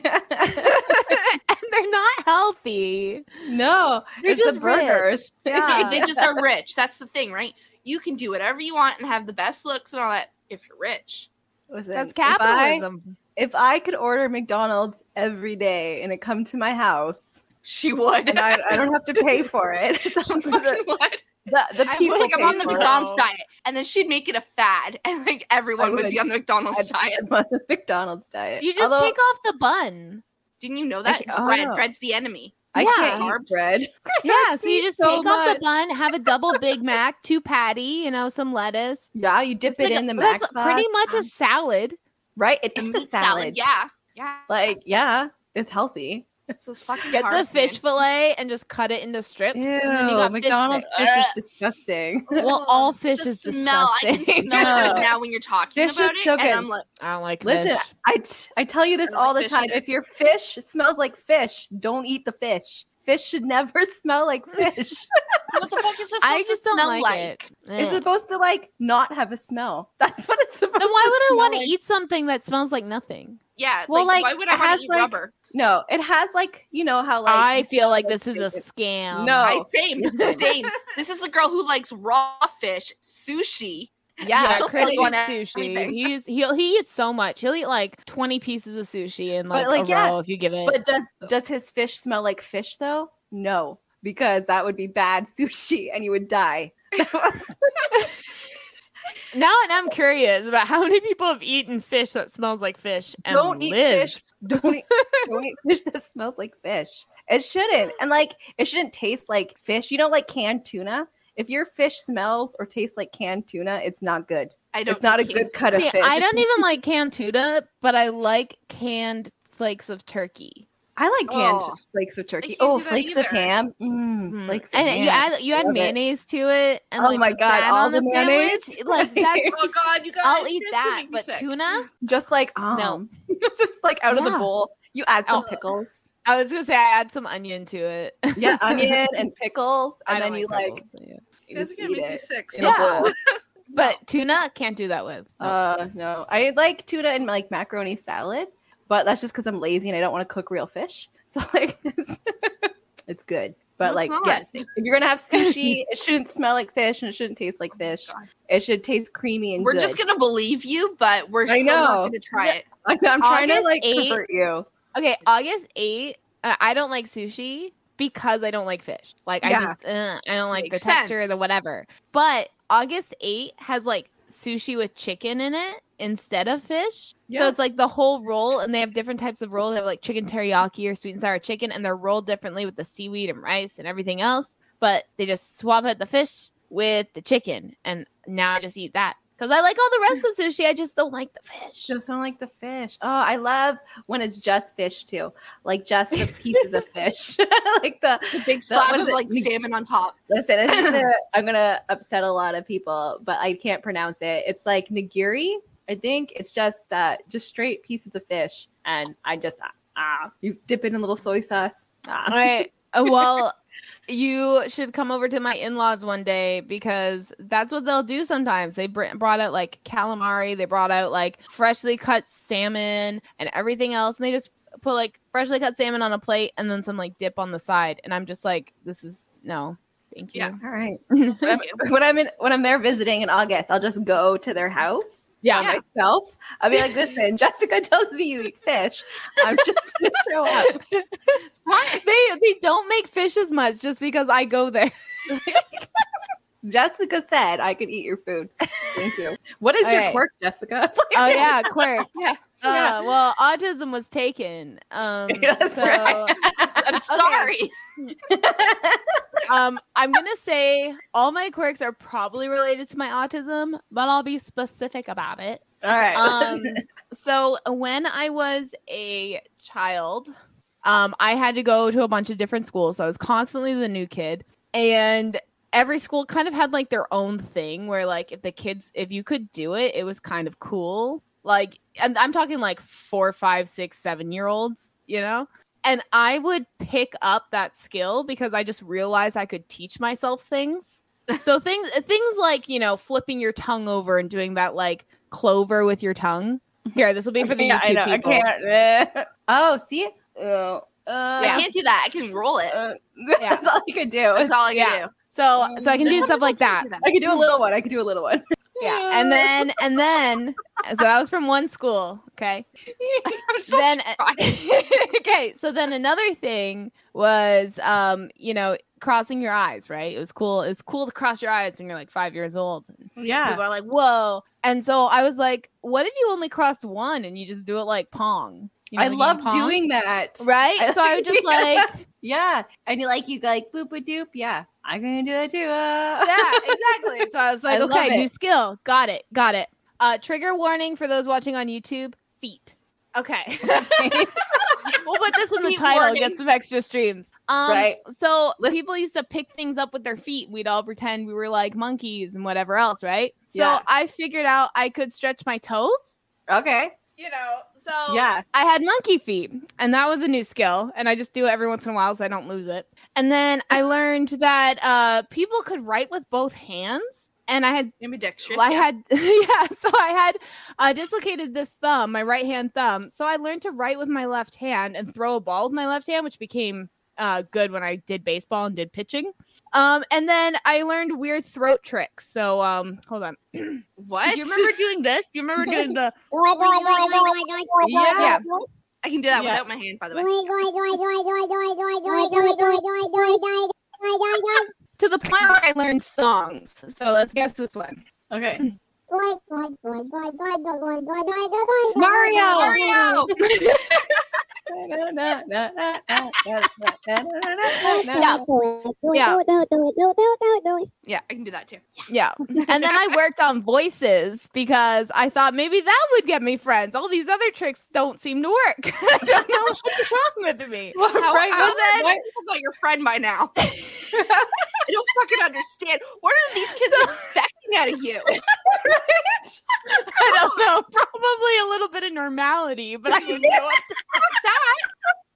Speaker 2: and they're not healthy
Speaker 1: *laughs* no,
Speaker 2: they're
Speaker 1: It's the
Speaker 2: just
Speaker 1: burgers. *laughs*
Speaker 2: rich yeah
Speaker 3: they just are rich. That's the thing, right? You can do whatever you want and have the best looks and all that if you're rich.
Speaker 1: Listen,
Speaker 2: that's
Speaker 1: if I-
Speaker 2: capitalism
Speaker 1: If I, could order McDonald's every day and it come to my
Speaker 3: *laughs*
Speaker 1: house,
Speaker 3: She would.
Speaker 1: and
Speaker 3: *laughs*
Speaker 1: I, I don't have to pay for it, *laughs*
Speaker 3: She
Speaker 1: the,
Speaker 3: fucking would.
Speaker 1: the
Speaker 3: I
Speaker 1: people
Speaker 3: was like, I'm
Speaker 1: pay
Speaker 3: on the
Speaker 1: for it. *laughs*
Speaker 3: McDonald's diet, and then she'd make it a fad, *laughs* and like everyone would,
Speaker 1: would.
Speaker 3: be on the McDonald's
Speaker 1: I'd-
Speaker 3: diet.
Speaker 1: I'm on the McDonald's diet.
Speaker 2: you just
Speaker 1: Although,
Speaker 2: take off the *laughs* bun
Speaker 3: Didn't you know that?
Speaker 1: Okay,
Speaker 3: It's
Speaker 1: oh,
Speaker 3: bread.
Speaker 1: no.
Speaker 3: Bread's the enemy.
Speaker 1: I
Speaker 3: yeah.
Speaker 1: can't
Speaker 3: carbs.
Speaker 1: eat bread.
Speaker 2: yeah so you
Speaker 1: me
Speaker 2: just
Speaker 1: so
Speaker 2: take off
Speaker 1: much.
Speaker 2: the bun have a double *laughs* big mac two patty you know some lettuce
Speaker 1: Yeah, you dip
Speaker 2: Like,
Speaker 1: it in the mac
Speaker 2: that's
Speaker 1: sauce,
Speaker 2: pretty much a salad
Speaker 1: right? It
Speaker 3: A
Speaker 1: is
Speaker 3: meat
Speaker 1: a salad.
Speaker 3: Yeah. Yeah.
Speaker 1: like yeah, it's healthy.
Speaker 3: It's those fucking
Speaker 2: get the
Speaker 3: carbs,
Speaker 2: fish
Speaker 3: man.
Speaker 2: fillet and just cut it into strips and then you
Speaker 1: Ew,
Speaker 2: got
Speaker 1: McDonald's
Speaker 2: fish,
Speaker 1: fish
Speaker 2: *laughs* sticks.
Speaker 1: is disgusting.
Speaker 3: *laughs*
Speaker 2: well all fish
Speaker 3: The
Speaker 2: is
Speaker 3: smell. I
Speaker 2: disgusting
Speaker 3: can smell it
Speaker 1: No.
Speaker 3: now when you're talking
Speaker 1: Fish
Speaker 3: about
Speaker 1: is
Speaker 3: it,
Speaker 1: so
Speaker 3: and
Speaker 1: good.
Speaker 3: I'm like,
Speaker 2: I don't like
Speaker 1: Listen,
Speaker 2: fish.
Speaker 1: I t- I tell you this
Speaker 3: I don't
Speaker 1: all the
Speaker 3: like fish
Speaker 1: time.
Speaker 3: either.
Speaker 1: If your fish smells like fish, don't eat the fish. Fish should never *laughs* smell
Speaker 2: *laughs*
Speaker 1: like fish.
Speaker 3: what the fuck is this?
Speaker 2: I
Speaker 3: supposed to
Speaker 2: just don't
Speaker 3: smell
Speaker 2: like, it.
Speaker 1: it's
Speaker 2: Eh.
Speaker 1: supposed to like not have a smell. *laughs* That's what it's supposed.
Speaker 2: then why
Speaker 1: to
Speaker 2: would I want to
Speaker 1: smell like.
Speaker 2: eat something that smells like nothing?
Speaker 3: Yeah.
Speaker 1: Well,
Speaker 3: like,
Speaker 1: like,
Speaker 3: why would I
Speaker 1: it
Speaker 3: want
Speaker 1: has,
Speaker 3: to eat
Speaker 1: like,
Speaker 3: rubber?
Speaker 1: No, it has like you know how like
Speaker 2: I
Speaker 1: you
Speaker 2: feel like
Speaker 1: like
Speaker 2: this is a
Speaker 1: stupid.
Speaker 2: scam.
Speaker 1: No.
Speaker 3: I same, same. this is the girl who likes raw fish, sushi.
Speaker 2: Yeah,
Speaker 1: yeah,
Speaker 3: she'll
Speaker 2: Chris
Speaker 3: sell you on
Speaker 2: eats sushi.
Speaker 3: everything.
Speaker 2: He's he'll he eats so much. He'll eat like twenty pieces of sushi and like,
Speaker 1: But,
Speaker 2: a
Speaker 1: like, yeah,
Speaker 2: roll if you give it.
Speaker 1: But does does his fish smell like fish though? No, because that would be bad *laughs* sushi and you would die.
Speaker 2: now and I'm curious about how many people have eaten fish that smells like fish and
Speaker 1: don't eat
Speaker 2: lived.
Speaker 1: fish. Don't eat, don't eat fish that smells like fish. It shouldn't. And like it shouldn't taste like fish. You know, like canned tuna. If your fish smells or tastes like canned tuna, it's not good.
Speaker 3: I don't.
Speaker 1: It's not a
Speaker 3: can't-
Speaker 1: good cut of
Speaker 2: See,
Speaker 1: fish.
Speaker 2: I don't even like canned tuna, but I like canned flakes of turkey.
Speaker 1: I like canned
Speaker 3: Oh.
Speaker 1: flakes of turkey.
Speaker 3: can't
Speaker 1: Oh,
Speaker 3: do that
Speaker 1: flakes of
Speaker 3: either.
Speaker 1: ham. Mm,
Speaker 2: Mm.
Speaker 1: Flakes of
Speaker 2: and
Speaker 1: ham.
Speaker 2: you add you add
Speaker 1: Love it.
Speaker 2: mayonnaise to it, and
Speaker 1: Oh
Speaker 2: like,
Speaker 1: my
Speaker 2: put
Speaker 1: God,
Speaker 2: that
Speaker 1: all
Speaker 2: on
Speaker 1: the
Speaker 2: the sandwich.
Speaker 1: mayonnaise?
Speaker 2: Like that's
Speaker 1: *laughs*
Speaker 3: Oh God, you guys.
Speaker 2: I'll eat
Speaker 3: that's gonna
Speaker 2: that,
Speaker 3: make me
Speaker 2: but
Speaker 3: sick.
Speaker 2: tuna.
Speaker 1: just like um, *laughs* just like out of
Speaker 2: Yeah.
Speaker 1: the bowl. You add some
Speaker 2: Oh.
Speaker 1: pickles.
Speaker 2: I was gonna say I add some onion to it. *laughs*
Speaker 1: Yeah, onion and pickles,
Speaker 3: I
Speaker 1: and
Speaker 3: don't
Speaker 1: then you
Speaker 3: like
Speaker 1: like you
Speaker 3: This
Speaker 1: just
Speaker 3: is gonna
Speaker 1: eat
Speaker 3: make me
Speaker 1: it.
Speaker 3: sick.
Speaker 1: in
Speaker 2: Yeah.
Speaker 1: a bowl.
Speaker 2: but tuna can't do that with.
Speaker 1: Uh, no, I like tuna and like macaroni salad, but that's just because I'm lazy and I don't want to cook real fish. *laughs* So like, it's, it's good. But
Speaker 3: No,
Speaker 1: like,
Speaker 3: it's not.
Speaker 1: yes, if you're gonna
Speaker 3: *laughs*
Speaker 1: have sushi, it shouldn't smell like fish and it shouldn't taste like fish.
Speaker 3: Oh God.
Speaker 1: It should taste creamy and
Speaker 3: We're
Speaker 1: good.
Speaker 3: just gonna believe you, but we're
Speaker 1: I
Speaker 3: still not
Speaker 1: know.
Speaker 3: gonna try
Speaker 2: Yeah.
Speaker 3: it.
Speaker 1: I'm, I'm trying to
Speaker 2: August
Speaker 1: *laughs* like
Speaker 2: 8
Speaker 1: convert you.
Speaker 2: Okay, August eight. Uh, I don't like sushi because I don't like fish. Like I
Speaker 1: Yeah.
Speaker 2: just uh, I don't like
Speaker 3: Makes
Speaker 2: the texture,
Speaker 3: sense.
Speaker 2: the whatever. But August eight has like sushi with chicken in it instead of fish. So
Speaker 1: Yeah.
Speaker 2: it's like the whole roll, and they have different types of roll. They have like chicken teriyaki or sweet and sour chicken, and they're rolled differently with the seaweed and rice and everything else. But they just swap out the fish with the chicken, and now I just eat that. Because I like all the rest of sushi, I just don't like the fish.
Speaker 1: Just don't like the fish. Oh, I love when it's just fish too, like just
Speaker 3: *laughs*
Speaker 1: the pieces of fish, *laughs* like the.
Speaker 3: The big
Speaker 1: That
Speaker 3: slab
Speaker 1: was
Speaker 3: of
Speaker 1: it.
Speaker 3: like salmon on top.
Speaker 1: Listen, this is *laughs* gonna, I'm gonna upset a lot of people, but I can't pronounce it. It's like nigiri. I think it's just uh, just straight pieces of fish, and I just ah, ah you dip it in a little soy sauce.
Speaker 2: All
Speaker 1: Ah.
Speaker 2: right. Uh, Well, you should come over to my in-laws one day because that's what they'll do sometimes. They br- brought out like calamari, they brought out like freshly cut salmon and everything else, and they just put like freshly cut salmon on a plate and then some like dip on the side. And I'm just like, this is no, thank you.
Speaker 3: Yeah.
Speaker 1: All right.
Speaker 3: Thank you.
Speaker 1: *laughs* when I'm in when I'm there visiting in August, I'll just go to their house.
Speaker 2: Yeah.
Speaker 1: by myself. I'll be like, *laughs* listen, Jessica tells me you eat fish. I'm just gonna show up.
Speaker 3: It's fine.
Speaker 2: *laughs* They they don't make fish as much just because I go
Speaker 3: *laughs*
Speaker 2: there.
Speaker 1: Jessica said I could eat your food. Thank *laughs* you. What is your
Speaker 2: Okay.
Speaker 1: quirk, Jessica? *laughs*
Speaker 2: Oh yeah, quirks.
Speaker 3: *laughs* Yeah.
Speaker 2: Uh, well, autism was taken.
Speaker 3: *laughs*
Speaker 2: Um,
Speaker 1: That's
Speaker 2: so-
Speaker 1: right.
Speaker 2: *laughs*
Speaker 3: I'm sorry.
Speaker 2: um, I'm gonna say all my quirks are probably related to my autism, but I'll be specific about it.
Speaker 1: All right. *laughs*
Speaker 2: Um, so when I was a child, um, I had to go to a bunch of different schools. So I was constantly the new kid, and every school kind of had like their own thing where like if the kids if you could do it, it was kind of cool. Like, and I'm talking like four, five, six, seven year olds, you know. And I would pick up that skill because I just realized I could teach myself things.
Speaker 1: *laughs*
Speaker 2: So things things like, you know, flipping your tongue over and doing that like clover with your tongue. Here, this will be for the
Speaker 1: Yeah, Mm-hmm. I
Speaker 2: YouTube
Speaker 1: know. I
Speaker 2: people.
Speaker 1: can't- *laughs* oh, see? Oh, uh,
Speaker 3: I can't do that. I can roll it.
Speaker 1: uh, *laughs*
Speaker 2: Yeah.
Speaker 1: That's all I could do.
Speaker 3: That's all I can
Speaker 2: Yeah.
Speaker 3: do.
Speaker 2: So so I can do stuff like that.
Speaker 1: I could do a little one. I could do a little one. *laughs*
Speaker 2: Yeah. And then and then so that was from one school. Okay. *laughs*
Speaker 3: I'm so
Speaker 2: Then-
Speaker 3: shocked.
Speaker 2: okay, so then another thing was um, you know, crossing your eyes, right? It was cool. It's cool to cross your eyes when you're like five years old.
Speaker 1: Yeah.
Speaker 2: People are like, whoa. And so I was like, what if you only crossed one and you just do it like Pong? You know,
Speaker 1: I
Speaker 2: the game
Speaker 1: love
Speaker 2: Pong?
Speaker 1: doing that.
Speaker 2: Right? So I would
Speaker 1: *laughs*
Speaker 2: just like,
Speaker 1: Yeah. And you like you go like boop a doop. Yeah. I'm gonna do that too. Uh.
Speaker 2: yeah, exactly. So I was like,
Speaker 1: *laughs* I love
Speaker 2: okay,
Speaker 1: it.
Speaker 2: new skill. Got it. Got it. Uh, trigger warning for those watching on YouTube feet. Okay. *laughs* we'll put this in the
Speaker 3: Feet
Speaker 2: title,
Speaker 3: warning.
Speaker 2: get some extra streams. Um,
Speaker 1: Right.
Speaker 2: So
Speaker 1: Listen-
Speaker 2: people used to pick things up with their feet. We'd all pretend we were like monkeys and whatever else, right? So
Speaker 1: Yeah.
Speaker 2: I figured out I could stretch my toes.
Speaker 1: *laughs* Okay.
Speaker 2: You know, so
Speaker 1: Yeah.
Speaker 2: Oh, I had monkey feet, and that was a new skill. And I just do it every once in a while so I don't lose it. And then I learned that uh, people could write with both hands. And I had,
Speaker 3: Ambidextrous.
Speaker 2: I
Speaker 3: yeah.
Speaker 2: had, *laughs* yeah. So I had uh, dislocated this thumb, my right hand thumb. So I learned to write with my left hand and throw a ball with my left hand, which became uh, good when I did baseball and did pitching. Um, and then I learned weird throat tricks. So um, hold on.
Speaker 3: what?
Speaker 2: Do you remember doing this? Do you remember doing
Speaker 1: *laughs*
Speaker 2: the?
Speaker 3: Whirl, whirl, whirl, whirl, whirl, whirl,
Speaker 1: Yeah.
Speaker 3: whirl. I can do that
Speaker 1: Yeah.
Speaker 3: without my hand, by the way.
Speaker 2: to the point where I learned songs. So let's guess this one.
Speaker 1: Okay.
Speaker 4: *laughs*
Speaker 1: *laughs*
Speaker 3: Mario.
Speaker 2: Yeah. Yeah.
Speaker 3: Yeah, I can do
Speaker 2: *laughs*
Speaker 3: that too.
Speaker 2: Yeah. And then I worked on voices because I thought maybe that would get me friends. All these other tricks don't seem to work. *laughs* I don't know what's wrong with me.
Speaker 1: Well,
Speaker 3: How-
Speaker 1: right,
Speaker 3: how
Speaker 1: well,
Speaker 2: then-
Speaker 1: right.
Speaker 3: I thought your friend by now. *laughs* I don't fucking understand. What are these
Speaker 2: *laughs*
Speaker 3: kids expecting out of you?
Speaker 2: *laughs* Oh, I don't know. Probably a little bit of normality, but I don't know what to call that.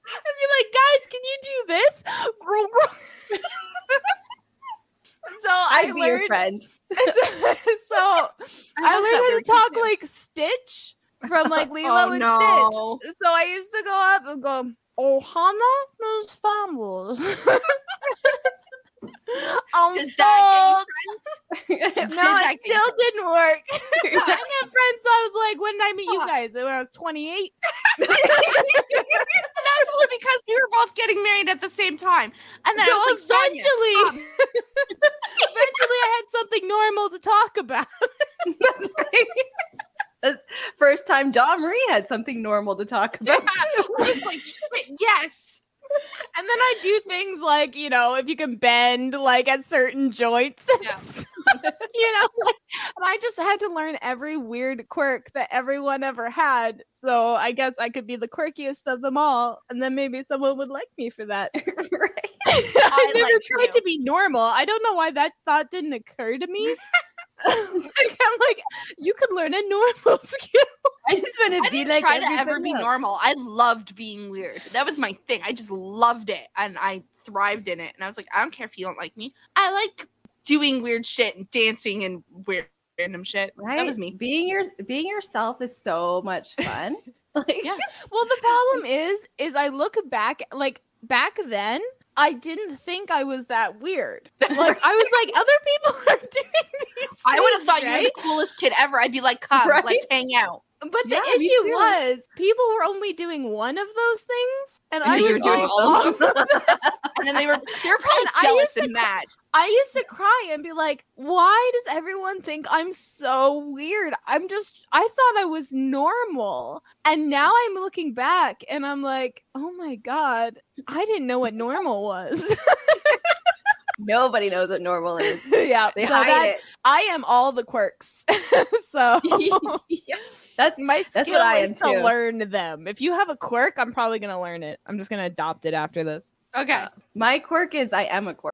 Speaker 2: I'd be like, guys, can you do this? Grow, grow. *laughs* so I
Speaker 1: I'd be your
Speaker 2: learned
Speaker 1: friend.
Speaker 2: *laughs*
Speaker 1: *laughs*
Speaker 2: so I
Speaker 3: lost that
Speaker 2: learned
Speaker 3: word,
Speaker 2: how to talk
Speaker 3: too.
Speaker 2: like Stitch from *laughs* like Lilo
Speaker 3: Oh,
Speaker 2: and
Speaker 3: no.
Speaker 2: Stitch. So I used to go up and go, "Oh, Ohana nos vamos. *laughs* I'm
Speaker 3: Does that
Speaker 2: sold.
Speaker 3: Did
Speaker 2: No,
Speaker 3: that
Speaker 2: it
Speaker 3: get you
Speaker 2: still didn't work. I didn't
Speaker 1: *laughs*
Speaker 2: have friends, so I was like, when did I meet you guys? When I was 28.
Speaker 3: And that was only because we were both getting married at the same time. And then I
Speaker 2: so
Speaker 3: was like,
Speaker 2: eventually,
Speaker 3: Sonia,
Speaker 2: eventually *laughs* I had something normal to talk about.
Speaker 1: That's right. *laughs* That's first time Dom Marie had something normal to talk about.
Speaker 3: I *laughs* was like, shit, yes.
Speaker 2: And then I do things like, you know, if you can bend like at certain joints.
Speaker 3: Yeah.
Speaker 2: *laughs* you know, like, and I just had to learn every weird quirk that everyone ever had. So I guess I could be the quirkiest of them all, and then maybe someone would like me for that. *laughs*
Speaker 1: right.
Speaker 2: I never
Speaker 3: like
Speaker 2: tried
Speaker 3: you.
Speaker 2: to be normal. I don't know why that thought didn't occur to
Speaker 3: *laughs*
Speaker 2: me. *laughs* like, I'm like, you could learn a normal *laughs* skill.
Speaker 1: I just want
Speaker 3: I
Speaker 1: to be
Speaker 3: didn't
Speaker 1: like
Speaker 3: try to ever
Speaker 1: everybody
Speaker 3: be
Speaker 1: else.
Speaker 3: normal. I loved being weird. That was my thing. I just loved it and I thrived in it. And I was like, I don't care if you don't like me. I like doing weird shit and dancing and weird random shit.
Speaker 1: Right?
Speaker 3: That was me.
Speaker 1: Being your being yourself is so
Speaker 3: *laughs*
Speaker 1: much fun. like
Speaker 3: Yeah.
Speaker 2: Well, the problem is, is I look back, like back then, I didn't think I was that
Speaker 3: *laughs*
Speaker 2: weird. Like I was like, other people *laughs* are doing these.
Speaker 3: I would have
Speaker 2: things,
Speaker 3: thought you
Speaker 2: right?
Speaker 3: were the coolest kid ever. I'd be like, come,
Speaker 1: Right?
Speaker 3: let's hang out.
Speaker 2: But the
Speaker 1: Yeah, me
Speaker 2: issue
Speaker 1: too.
Speaker 2: was people were only doing one of those things, and, I
Speaker 3: And
Speaker 2: was
Speaker 3: you were doing
Speaker 2: doing
Speaker 3: all of them. and then they were they were probably
Speaker 2: And I
Speaker 3: jealous
Speaker 2: used to
Speaker 3: and mad.
Speaker 2: I used to cry and be like, why does everyone think I'm so weird? I'm just, I thought I was normal. And now I'm looking back and I'm like, oh my God, I didn't know what normal was.
Speaker 1: *laughs*
Speaker 2: *laughs*
Speaker 1: nobody knows what normal is.
Speaker 2: yeah.
Speaker 1: They
Speaker 2: so
Speaker 1: hide
Speaker 2: that,
Speaker 3: *laughs*
Speaker 1: it. *laughs*
Speaker 2: I am all the quirks. *laughs* so
Speaker 1: Yeah. That's
Speaker 2: my
Speaker 1: what
Speaker 2: skill
Speaker 1: I am
Speaker 2: is to
Speaker 1: too.
Speaker 2: learn them. If you have a quirk, I'm probably going to learn it. I'm just going to adopt it after this.
Speaker 1: Uh,
Speaker 3: Okay.
Speaker 1: my quirk is I am a quirk.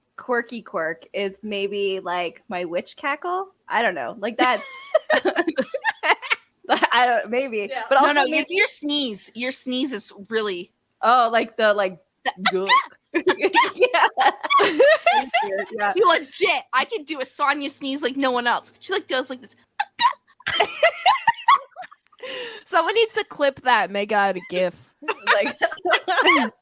Speaker 1: quirky quirk is maybe like my witch cackle. I don't know. Like that's *laughs* I don't maybe. But also
Speaker 3: no, no,
Speaker 1: maybe,
Speaker 3: it's your sneeze. Your sneeze is really
Speaker 1: oh like the like *laughs* gulp. yeah. *laughs* yeah.
Speaker 3: you legit. I could do a Sonya sneeze like no one else. She like does like this.
Speaker 2: Someone needs to clip that. Make out a gif.
Speaker 1: Like *laughs*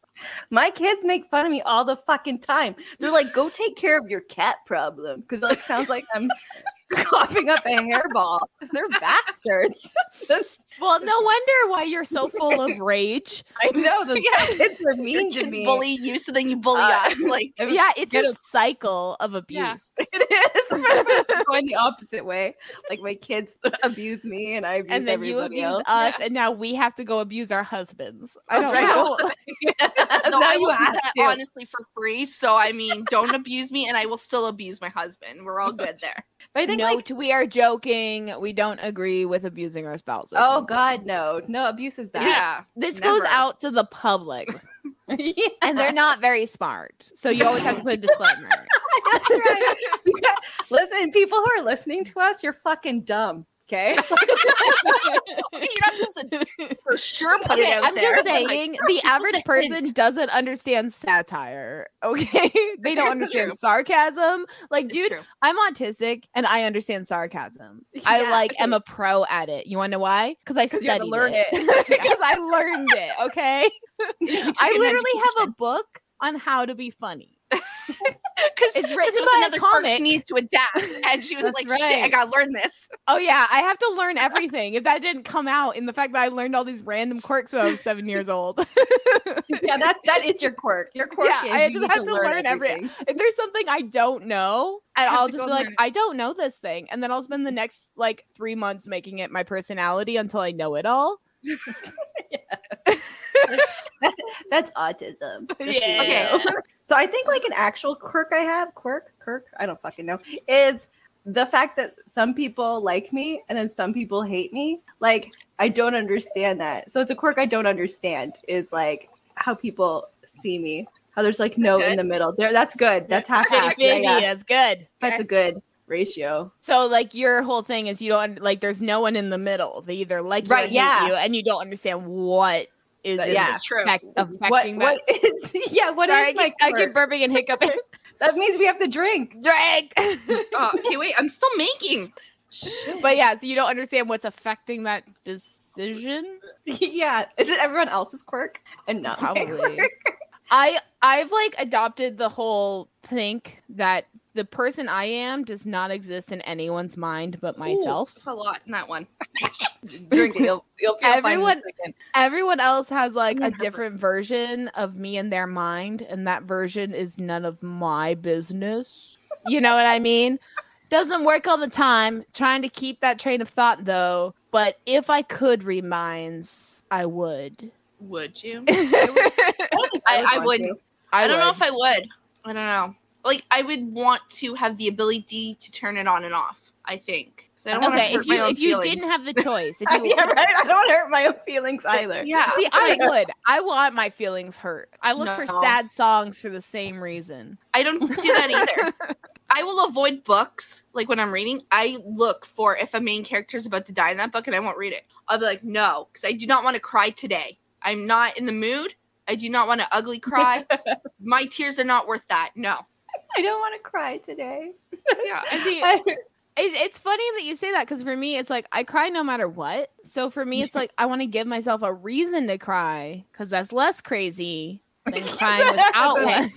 Speaker 1: My kids make fun of me all the fucking time. They're like, "Go take care of your cat problem," because like sounds like I'm *laughs* coughing up a hairball. They're bastards. *laughs* That's-
Speaker 2: *laughs* Well, no wonder why you're so full of
Speaker 1: *laughs*
Speaker 2: rage.
Speaker 1: I know the kids are mean
Speaker 3: Your
Speaker 1: to
Speaker 3: kids
Speaker 1: me.
Speaker 3: bully you, so then you bully
Speaker 1: Uh,
Speaker 3: us. Like
Speaker 1: *laughs*
Speaker 2: Yeah, it's
Speaker 1: Get
Speaker 2: a
Speaker 1: a-
Speaker 2: cycle of
Speaker 1: *laughs*
Speaker 2: abuse.
Speaker 1: it is going the opposite way. Like my kids *laughs* abuse me, and I abuse
Speaker 2: And then you
Speaker 1: everybody
Speaker 2: abuse
Speaker 1: else.
Speaker 2: us, and now we have to go abuse our husbands. I
Speaker 1: That's
Speaker 2: don't
Speaker 1: right.
Speaker 2: know. *laughs*
Speaker 3: no,
Speaker 1: now
Speaker 3: I
Speaker 1: you
Speaker 3: will do
Speaker 1: have
Speaker 3: that
Speaker 1: to.
Speaker 3: honestly for free. So I mean, don't abuse me, and I will still abuse my husband. We're all good there.
Speaker 1: But I think
Speaker 2: Note:
Speaker 1: like,
Speaker 2: We are joking. We don't agree with abusing our spouses.
Speaker 1: oh god, no, no abuse is bad.
Speaker 3: *laughs* Yeah,
Speaker 2: this goes
Speaker 3: never.
Speaker 2: out to the public,
Speaker 1: *laughs* Yeah,
Speaker 2: and they're not very smart. So you always have to put a disclaimer.
Speaker 1: That's right. Listen, people who are listening to us, you're fucking dumb. *laughs* Okay,
Speaker 3: You're not
Speaker 2: *laughs*
Speaker 3: supposed to for sure *laughs* put it
Speaker 2: Okay,
Speaker 3: out
Speaker 2: I'm
Speaker 3: there,
Speaker 2: just
Speaker 3: but, like,
Speaker 2: saying
Speaker 3: *laughs*
Speaker 2: the average person doesn't understand satire.
Speaker 3: *laughs*
Speaker 2: Okay, they don't
Speaker 3: It's
Speaker 2: understand
Speaker 3: true.
Speaker 2: sarcasm. Like,
Speaker 3: it's
Speaker 2: dude,
Speaker 3: *laughs* true.
Speaker 2: I'm autistic and I understand
Speaker 3: *laughs*
Speaker 2: sarcasm. I
Speaker 1: Yeah.
Speaker 2: like am a pro at it. You want to know why? Because I
Speaker 1: *laughs* 'Cause
Speaker 2: studied *laughs*
Speaker 1: you had to learn
Speaker 2: it.
Speaker 1: it.
Speaker 3: *laughs*
Speaker 2: Because I learned it. Okay. I literally have a book on how to be funny.
Speaker 3: because
Speaker 2: It's
Speaker 3: it
Speaker 2: written
Speaker 3: was
Speaker 2: by a
Speaker 3: another part
Speaker 2: comic.
Speaker 3: she needs to adapt, *laughs* and she was
Speaker 2: That's
Speaker 3: like,
Speaker 2: right.
Speaker 3: "Shit, I gotta learn this."
Speaker 2: Oh yeah, I have to
Speaker 3: *laughs*
Speaker 2: learn everything. If that didn't come out in the fact that I learned all these random quirks when I was seven years old,
Speaker 1: *laughs* yeah, that that is your quirk. *laughs* Your quirk
Speaker 2: Yeah,
Speaker 1: is
Speaker 2: I
Speaker 1: you
Speaker 2: just
Speaker 1: need
Speaker 2: have to learn every-
Speaker 1: everything.
Speaker 2: if there's something I don't know,
Speaker 3: I
Speaker 2: and
Speaker 3: have
Speaker 2: I'll
Speaker 3: to
Speaker 2: just
Speaker 3: go
Speaker 2: be like,
Speaker 3: learn it.
Speaker 2: I don't know this thing, and then I'll spend the next like three months making it my personality until I know it *laughs* all.
Speaker 1: That's
Speaker 2: *laughs*
Speaker 1: autism. just so you
Speaker 3: Yeah.
Speaker 1: know. *laughs* so I think like an actual quirk I have, quirk, quirk, I don't fucking know, is the fact that some people like me and then some people hate me. Like I don't understand that. So it's a quirk I don't understand is like how people see me. How there's like no in the middle. There that's good. That's half half. Yeah, yeah.
Speaker 2: That's good.
Speaker 1: That's a good ratio.
Speaker 2: So like your whole thing is you don't like there's no one in the middle. They either like you
Speaker 1: Right,
Speaker 2: or hate
Speaker 1: yeah.
Speaker 2: you, and you don't understand what is
Speaker 1: That
Speaker 2: is
Speaker 1: yeah.
Speaker 3: is true.
Speaker 2: affect- affecting
Speaker 1: What,
Speaker 2: that.
Speaker 1: what *laughs* is yeah, What is
Speaker 2: Sorry, I,
Speaker 1: my
Speaker 2: keep, I keep
Speaker 1: quirk?
Speaker 2: burping and
Speaker 1: *laughs*
Speaker 2: hiccuping.
Speaker 1: That means we have to drink. *laughs*
Speaker 2: Drag. *laughs*
Speaker 3: Oh, okay, wait, I'm still making.
Speaker 2: but yeah, so you don't understand what's affecting that decision.
Speaker 1: yeah. Is it everyone else's quirk? And
Speaker 2: *laughs*
Speaker 1: not my
Speaker 2: Probably.
Speaker 1: quirk?
Speaker 2: I I've like adopted the whole think that the person I am does not exist in anyone's mind but *laughs* myself.
Speaker 3: That's a lot in that one.
Speaker 1: drink it. You'll, you'll feel
Speaker 2: Everyone-
Speaker 1: everyone.
Speaker 2: Everyone else has like a
Speaker 3: Never.
Speaker 2: different version of me in their mind, and that version is none of my business. You know what I mean? Doesn't work all the time. Trying to keep that train of thought though. But if I could reminds, I would.
Speaker 3: Would
Speaker 2: *laughs*
Speaker 3: you?
Speaker 1: I,
Speaker 3: I- I
Speaker 1: would.
Speaker 3: would.
Speaker 1: want
Speaker 3: I, don't know if I would. I don't know. Like, I would want to have the ability to turn it on and off. I think. 'Cause I don't wanna
Speaker 2: okay,
Speaker 3: hurt
Speaker 2: if
Speaker 3: my
Speaker 2: you
Speaker 3: own
Speaker 2: if you
Speaker 3: feelings.
Speaker 2: didn't have the choice,
Speaker 1: *laughs*
Speaker 2: if
Speaker 1: to.
Speaker 2: you
Speaker 1: yeah, right. *laughs* I don't want to hurt my own *laughs* feelings either.
Speaker 3: yeah,
Speaker 2: See,
Speaker 3: *laughs*
Speaker 2: I would. I want my feelings hurt. I look for
Speaker 3: No.
Speaker 2: sad songs for the same reason.
Speaker 3: I don't do that
Speaker 2: *laughs*
Speaker 3: either. I will avoid books. Like when I'm reading, I look for if a main character is about to die in that book, and I won't read it. I'll be like, no, because I do not want to cry today. I'm not in the mood. I do not want to
Speaker 2: *laughs*
Speaker 3: ugly cry. My tears are not worth that. No.
Speaker 1: I don't want to cry today.
Speaker 3: Yeah.
Speaker 2: And
Speaker 3: *laughs*
Speaker 2: See,
Speaker 1: I-
Speaker 2: It's, it's funny that you say that because for me, it's like I cry no matter what. So for me, it's like I want to give myself a reason to cry because that's less crazy
Speaker 3: *laughs*
Speaker 2: than crying without one.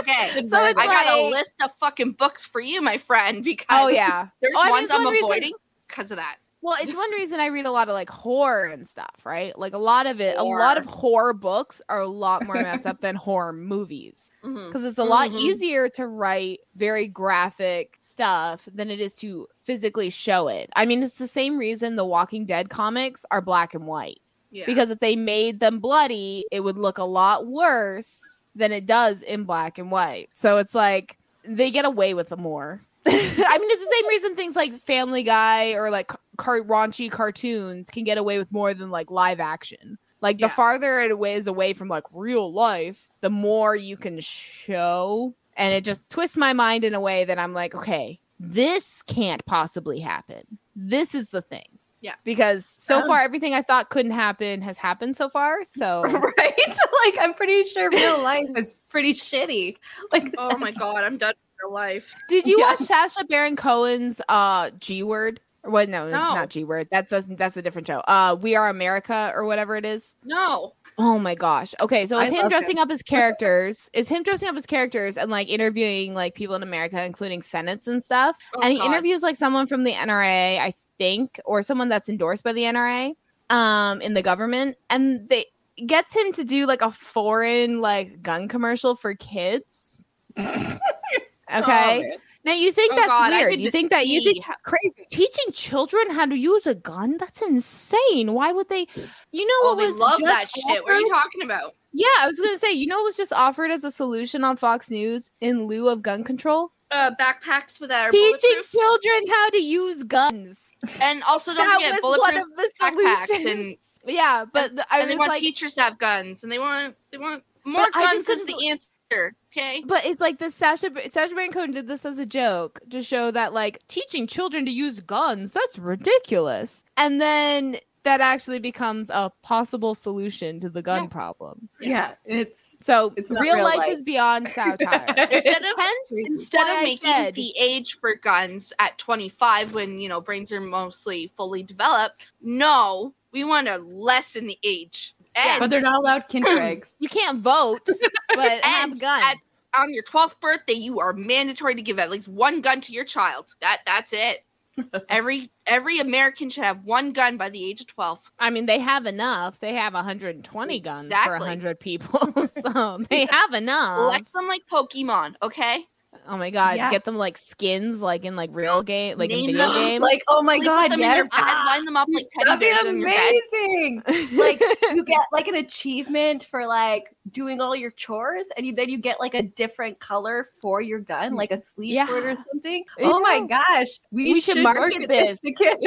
Speaker 3: Okay.
Speaker 2: So *laughs* it's
Speaker 3: I got a
Speaker 2: like-
Speaker 3: list of fucking books for you, my friend. Because
Speaker 2: Oh, yeah.
Speaker 3: there's
Speaker 2: Oh, I mean,
Speaker 3: ones
Speaker 2: it's one
Speaker 3: I'm
Speaker 2: reason-
Speaker 3: avoiding because of that.
Speaker 2: Well, it's one reason I read a lot of like horror and stuff, right? Like a lot of it, a lot
Speaker 3: Horror.
Speaker 2: of horror books are a lot more messed up than horror movies.
Speaker 3: Mhm.
Speaker 2: because it's a lot
Speaker 3: Mhm.
Speaker 2: easier to write very graphic stuff than it is to physically show it. I mean, it's the same reason the Walking Dead comics are black and white
Speaker 3: Yeah.
Speaker 2: because if they made them bloody, it would look a lot worse than it does in black and white. So it's like they get away with it more. *laughs* I mean, it's the same reason things like Family Guy or like car- raunchy cartoons can get away with more than like live action. Like
Speaker 3: Yeah.
Speaker 2: the farther it away is away from like real life, the more you can show. And it just twists my mind in a way that I'm like, okay, this can't possibly happen. This is the thing.
Speaker 3: Yeah. Um,
Speaker 2: Because so
Speaker 1: Oh.
Speaker 2: far, everything I thought couldn't happen has happened so far.
Speaker 3: *laughs*
Speaker 2: So
Speaker 1: *laughs* right? *laughs* Like, I'm pretty sure *laughs* real life is pretty shitty. Like,
Speaker 2: *laughs*
Speaker 1: *laughs*
Speaker 3: oh my god, I'm done with your life.
Speaker 2: Did you
Speaker 1: Yeah.
Speaker 2: watch Sasha Baron Cohen's uh G word? Or what no, it's
Speaker 3: No.
Speaker 2: not G word. That's a, that's a different show. Uh We Are America or whatever it is.
Speaker 3: No.
Speaker 2: Oh my gosh. Okay, so it's
Speaker 1: I
Speaker 2: him
Speaker 1: love
Speaker 2: dressing up as characters. *laughs* It's him dressing up as characters and like interviewing like people in America, including senates and stuff.
Speaker 3: Oh,
Speaker 2: and he
Speaker 3: God.
Speaker 2: interviews like someone from the NRA, I think, or someone that's endorsed by the NRA, um, in the government, and they gets him to do like a foreign like gun commercial for
Speaker 3: *laughs*
Speaker 2: kids. okay. Now you think
Speaker 3: Oh,
Speaker 2: that's
Speaker 3: God, I
Speaker 2: weird.
Speaker 3: could
Speaker 2: You
Speaker 3: just
Speaker 2: think that you
Speaker 3: see
Speaker 2: think
Speaker 3: how-
Speaker 2: crazy teaching children how to use a gun? That's insane. Why would they? You know
Speaker 3: Oh,
Speaker 2: what
Speaker 3: they
Speaker 2: was
Speaker 3: love
Speaker 2: just
Speaker 3: that shit. What are you
Speaker 2: offered?
Speaker 3: talking about?
Speaker 2: Yeah, I was gonna say. You know what was just offered as a solution on Fox News in lieu of gun control?
Speaker 3: Uh, backpacks with our
Speaker 2: Teaching
Speaker 3: bulletproof,
Speaker 2: children how to use guns.
Speaker 3: and also don't
Speaker 2: that
Speaker 3: forget
Speaker 2: was one
Speaker 3: bulletproof
Speaker 2: of the
Speaker 3: backpacks,
Speaker 2: solutions. *laughs*
Speaker 3: and,
Speaker 2: Yeah, but the- I
Speaker 3: and they
Speaker 2: was
Speaker 3: want
Speaker 2: like,
Speaker 3: teachers to have guns, and they want they want more
Speaker 2: I just
Speaker 3: guns is
Speaker 2: couldn't
Speaker 3: the answer. Okay,
Speaker 2: But it's like this Sasha Sasha Baron Cohen did this as a joke to show that like teaching children to use guns that's ridiculous, and then that actually becomes a possible solution to the gun problem.
Speaker 1: yeah, it's
Speaker 2: So
Speaker 1: It's not
Speaker 2: real,
Speaker 1: real
Speaker 2: life,
Speaker 1: life.
Speaker 2: is beyond satire.
Speaker 3: *laughs*
Speaker 1: *laughs*
Speaker 3: instead of
Speaker 2: Hence,
Speaker 3: instead
Speaker 2: why
Speaker 3: of
Speaker 2: I
Speaker 3: making
Speaker 2: said-
Speaker 3: the age for guns at 25 when you know brains are mostly fully developed, no, we want to lessen the age. And
Speaker 1: But they're not *laughs* allowed kinder eggs.
Speaker 2: You can't vote,
Speaker 3: *laughs*
Speaker 2: but have a gun.
Speaker 3: at- on your 12th birthday, you are mandatory to give at least one gun to your child. That that's it. every every American should have one gun by the age of 12.
Speaker 2: I mean, they have enough. They have 120 guns for
Speaker 3: Exactly.
Speaker 2: 100 people, *laughs* so they have enough.
Speaker 3: Collect
Speaker 1: Um,
Speaker 3: them like Pokemon, okay?
Speaker 2: oh my god,
Speaker 1: Yeah.
Speaker 2: get them like skins, like in like real game, like in
Speaker 3: Name
Speaker 2: video
Speaker 3: them,
Speaker 2: game. *laughs*
Speaker 1: Like, oh my
Speaker 3: Sleep with
Speaker 1: god,
Speaker 3: them in
Speaker 1: yes.
Speaker 3: your bed, line them up like teddy
Speaker 1: That'd
Speaker 3: bears
Speaker 1: be
Speaker 3: in your bed.
Speaker 1: amazing. *laughs* like you get like an achievement for like doing all your chores, and you, then you get like a different color for your gun, like a sleeve
Speaker 2: Yeah.
Speaker 1: for it or *gasps* something.
Speaker 2: You
Speaker 1: oh my
Speaker 2: know,
Speaker 1: gosh, we,
Speaker 2: we should
Speaker 1: should,
Speaker 2: market this.
Speaker 1: *laughs* to kids.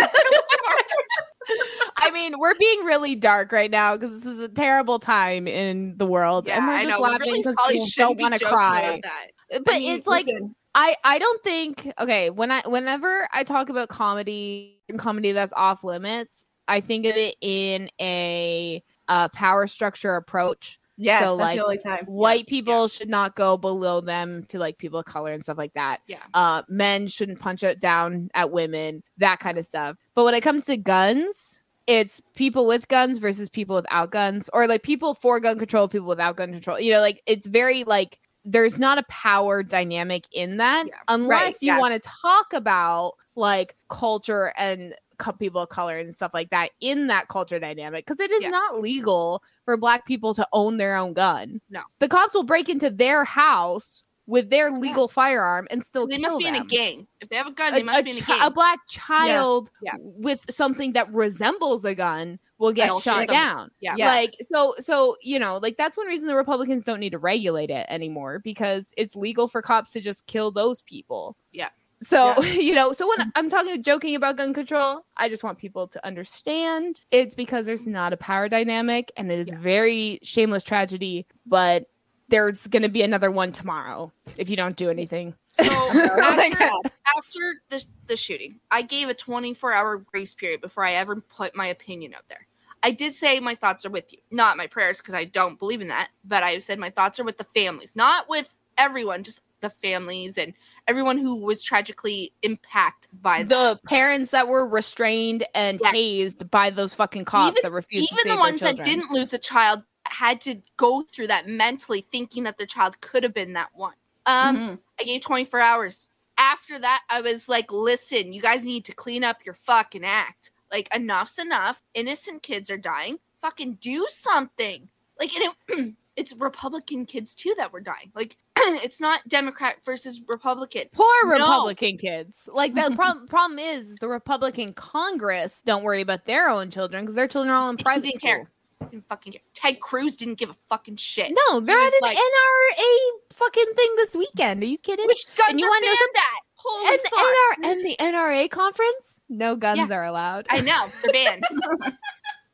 Speaker 2: I mean, we're being really dark right now because this is a terrible time in the world, and we're
Speaker 3: I
Speaker 2: just
Speaker 3: know, we
Speaker 2: laughing
Speaker 3: really
Speaker 2: because
Speaker 3: probably
Speaker 2: we
Speaker 3: shouldn't
Speaker 2: don't
Speaker 3: be
Speaker 2: want to
Speaker 3: joking
Speaker 2: cry.
Speaker 3: about that.
Speaker 2: But
Speaker 1: I mean,
Speaker 2: it's like
Speaker 1: listen,
Speaker 2: I I don't think okay when I whenever I talk about comedy and comedy that's off limits, I think of it in a uh, power structure approach.
Speaker 1: yes,
Speaker 2: so,
Speaker 1: that's
Speaker 2: like,
Speaker 1: the only time.
Speaker 2: White people should not go below them to like people of color and stuff like that.
Speaker 3: Yeah.
Speaker 2: Uh, men shouldn't punch it down at women, that kind of stuff. But when it comes to guns, it's people with guns versus people without guns, or like people for gun control, people without gun control. You know, like it's very like there's not a power dynamic in that
Speaker 3: Yeah.
Speaker 2: unless
Speaker 3: Right,
Speaker 2: you
Speaker 3: yeah.
Speaker 2: want to talk about like culture and co- people of color and stuff like that in that culture dynamic because it is
Speaker 3: Yeah.
Speaker 2: not legal for black people to own their own gun
Speaker 3: No.
Speaker 2: the cops will break into their house with their legal firearm and still
Speaker 3: They
Speaker 2: kill
Speaker 3: must be in a
Speaker 2: them.
Speaker 3: gang. If they have a gun,
Speaker 2: a,
Speaker 3: they must
Speaker 2: a
Speaker 3: be in a
Speaker 2: chi-
Speaker 3: gang.
Speaker 2: a black child
Speaker 3: Yeah.
Speaker 2: with something that resembles a gun will get
Speaker 3: They'll
Speaker 2: shot
Speaker 3: shoot them.
Speaker 2: down
Speaker 3: Yeah.
Speaker 2: like so so you know like that's one reason the republicans don't need to regulate it anymore because it's legal for cops to just kill those people
Speaker 3: Yeah.
Speaker 2: so *laughs* you know so
Speaker 3: *laughs*
Speaker 2: when i'm talking joking about gun control i just want people to understand it's because there's not a power dynamic and it is very shameless tragedy but there's going to be another one tomorrow if you don't do anything
Speaker 3: *laughs* So
Speaker 1: Oh
Speaker 3: after, after the, the shooting, I gave a 24 hour grace period before I ever put my opinion out there. I did say my thoughts are with you, not my prayers, because I don't believe in that. But I said my thoughts are with the families, not with everyone, just the families and everyone who was tragically impacted by that.
Speaker 2: the parents that were restrained and
Speaker 3: Yeah.
Speaker 2: tased by those fucking cops
Speaker 3: Even-
Speaker 2: that refused to
Speaker 3: Even
Speaker 2: save
Speaker 3: the
Speaker 2: their
Speaker 3: ones that
Speaker 2: children.
Speaker 3: didn't lose a child had to go through that mentally, thinking that their child could have been that one. Um,
Speaker 2: Mm-hmm.
Speaker 1: Mhm.
Speaker 3: I gave 24 hours. After that, I was like, listen, you guys need to clean up your fucking act. Like, enough's enough. Innocent kids are dying. Fucking do something. Like, and it, *clears throat* it's Republican kids too that were dying. Like, *clears throat* it's not Democrat versus Republican.
Speaker 2: poor
Speaker 3: No.
Speaker 2: republican kids like
Speaker 3: *laughs*
Speaker 2: the problem problem is the republican congress don't worry about their own children because their children are all in private
Speaker 3: didn't
Speaker 2: school
Speaker 3: care. Didn't fucking care. Ted Cruz didn't give a fucking shit.
Speaker 2: no they're
Speaker 3: He
Speaker 2: at
Speaker 3: was
Speaker 2: an
Speaker 3: like-
Speaker 2: nra fucking thing this weekend are you kidding
Speaker 3: Which guns
Speaker 2: And you
Speaker 3: you
Speaker 2: wanna
Speaker 3: want
Speaker 2: know
Speaker 3: to know
Speaker 2: some-
Speaker 3: that? Holy
Speaker 2: and,
Speaker 3: fuck.
Speaker 2: the NR- and the nra conference no guns are allowed
Speaker 3: I know they're banned.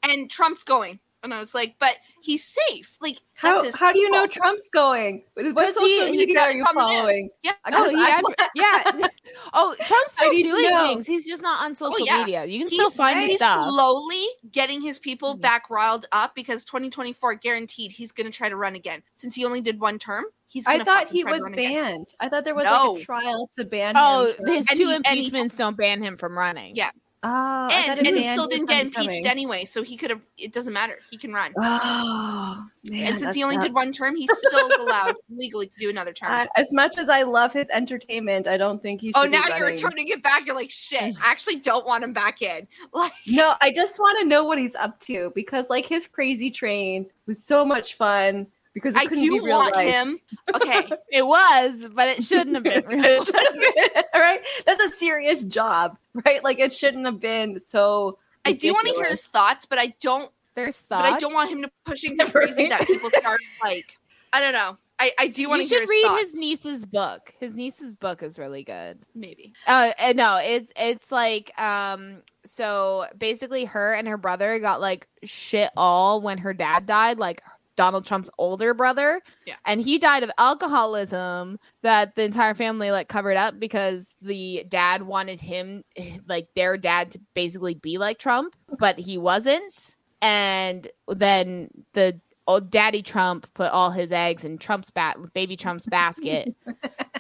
Speaker 3: and Trump's going, and I was like, but he's safe. Like, that's
Speaker 1: How,
Speaker 3: his
Speaker 1: how do you know
Speaker 3: fault.
Speaker 1: Trump's going? What what
Speaker 2: Because
Speaker 1: social
Speaker 2: he- he
Speaker 1: media
Speaker 3: got-
Speaker 1: are you
Speaker 3: it's on the news.
Speaker 1: following?
Speaker 3: Yeah,
Speaker 2: Oh,
Speaker 1: Because
Speaker 3: *laughs*
Speaker 2: he
Speaker 1: I-
Speaker 2: adver- yeah. *laughs* Oh, Trump's
Speaker 1: I
Speaker 2: still
Speaker 1: didn't
Speaker 2: doing
Speaker 1: know.
Speaker 2: things. He's just not on social
Speaker 3: Oh, yeah.
Speaker 2: media. You can
Speaker 3: he's
Speaker 2: still find his
Speaker 3: he's
Speaker 2: stuff.
Speaker 3: slowly getting his people
Speaker 1: Mm-hmm.
Speaker 3: back riled up because 2024 guaranteed he's going to try to run again since he only did one term. He's.
Speaker 1: I
Speaker 3: gonna
Speaker 1: thought
Speaker 3: fucking
Speaker 1: he
Speaker 3: try to
Speaker 1: was
Speaker 3: run again.
Speaker 1: banned. I thought there was
Speaker 3: No.
Speaker 1: like a trial to ban
Speaker 2: oh,
Speaker 1: him. for-
Speaker 2: his
Speaker 3: And
Speaker 2: two
Speaker 3: he- and he-
Speaker 2: impeachments don't ban him from running.
Speaker 3: Yeah.
Speaker 1: Oh, I thought
Speaker 3: And,
Speaker 1: it
Speaker 3: and he
Speaker 1: banned
Speaker 3: still
Speaker 1: him
Speaker 3: didn't
Speaker 1: from
Speaker 3: get impeached
Speaker 1: coming.
Speaker 3: anyway, so he could have. It doesn't matter. He can run.
Speaker 1: Oh man,
Speaker 3: and since
Speaker 1: that
Speaker 3: he only did
Speaker 1: sucks.
Speaker 3: one term, he's still is allowed *laughs* legally to do another term.
Speaker 1: I- as much as I love his entertainment, I don't think he. Should
Speaker 3: oh,
Speaker 1: be
Speaker 3: now you're
Speaker 1: running.
Speaker 3: turning it back. You're
Speaker 1: *sighs*
Speaker 3: like, shit. I actually don't want him back in. Like,
Speaker 1: No, I just want to know what he's up to because, like, his crazy train was so much fun because it
Speaker 3: I
Speaker 1: couldn't
Speaker 3: do
Speaker 1: be real
Speaker 3: want
Speaker 1: life.
Speaker 3: him. Okay,
Speaker 2: It was, but it shouldn't have *laughs* been real.
Speaker 1: It should've been- All *laughs* right, that's a serious job, right? Like, it shouldn't have been so.
Speaker 3: I do want to hear *laughs* his thoughts, but I don't.
Speaker 2: There's thoughts.
Speaker 3: But I don't want him to
Speaker 2: *laughs*
Speaker 3: pushing the
Speaker 1: Right?
Speaker 3: reason that people start like. I don't know. I I do want
Speaker 2: you
Speaker 3: to hear
Speaker 2: should
Speaker 3: his
Speaker 2: read
Speaker 3: thoughts.
Speaker 2: his niece's book. His niece's book is really good.
Speaker 3: Maybe.
Speaker 2: Uh, uh, no, it's it's like um. So basically, her and her brother got like shit all when her dad died. Like Donald Trump's older brother.
Speaker 3: Yeah.
Speaker 2: And he died of alcoholism that the entire family like covered up because the dad wanted him like their dad to basically be like Trump, but he wasn't. And then the old daddy Trump put all his eggs in Trump's bat baby Trump's basket.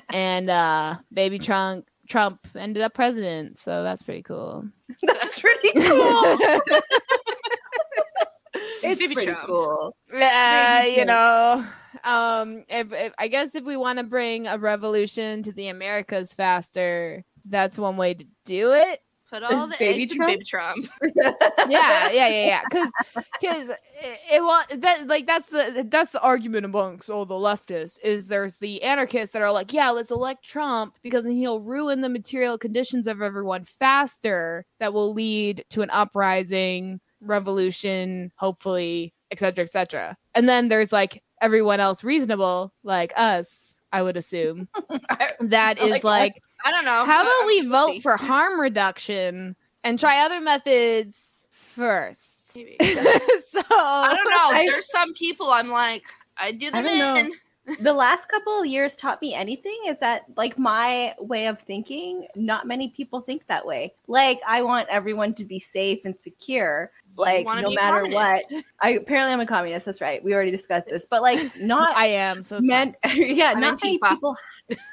Speaker 2: and uh baby Trump Trump ended up president. So
Speaker 1: *laughs*
Speaker 2: that's pretty cool.
Speaker 1: That's pretty cool. it's was
Speaker 3: Baby
Speaker 1: pretty
Speaker 3: Trump.
Speaker 1: cool.
Speaker 2: Yeah,
Speaker 1: Maybe
Speaker 2: you
Speaker 1: so.
Speaker 2: know. Um, if, if I guess if we want to bring a revolution to the Americas faster, that's one way to do it.
Speaker 3: Put all
Speaker 1: Is
Speaker 3: the
Speaker 1: Baby
Speaker 3: eggs in
Speaker 1: Trump?
Speaker 3: Baby Trump.
Speaker 2: Yeah, yeah, yeah, yeah. Because because it, it well that like that's the that's the argument amongst all the leftists is there's the anarchists that are like yeah let's elect Trump because then he'll ruin the material conditions of everyone faster that will lead to an uprising revolution hopefully etc etc and then there's like everyone else reasonable like us I would assume that is
Speaker 1: Like us.
Speaker 2: like
Speaker 3: I don't know.
Speaker 2: how about
Speaker 3: I'm
Speaker 2: we vote
Speaker 3: guilty.
Speaker 2: for harm reduction and try other methods first?
Speaker 3: Maybe.
Speaker 2: *laughs*
Speaker 3: *laughs*
Speaker 2: so I
Speaker 3: I don't know.
Speaker 1: I-
Speaker 3: There's some people I'm like, I do
Speaker 1: I
Speaker 3: them
Speaker 1: don't know.
Speaker 3: in.
Speaker 1: the last couple of years taught me anything is that like my way of thinking not many people think that way like i want everyone to be safe and secure like
Speaker 3: wanna
Speaker 1: no
Speaker 3: be a
Speaker 1: matter what
Speaker 3: communist.
Speaker 1: i apparently i'm a communist that's right we already discussed this but like not
Speaker 2: *laughs* I am so sorry.
Speaker 1: meant *laughs* yeah
Speaker 3: I'm
Speaker 1: not many
Speaker 3: Antifa.
Speaker 1: people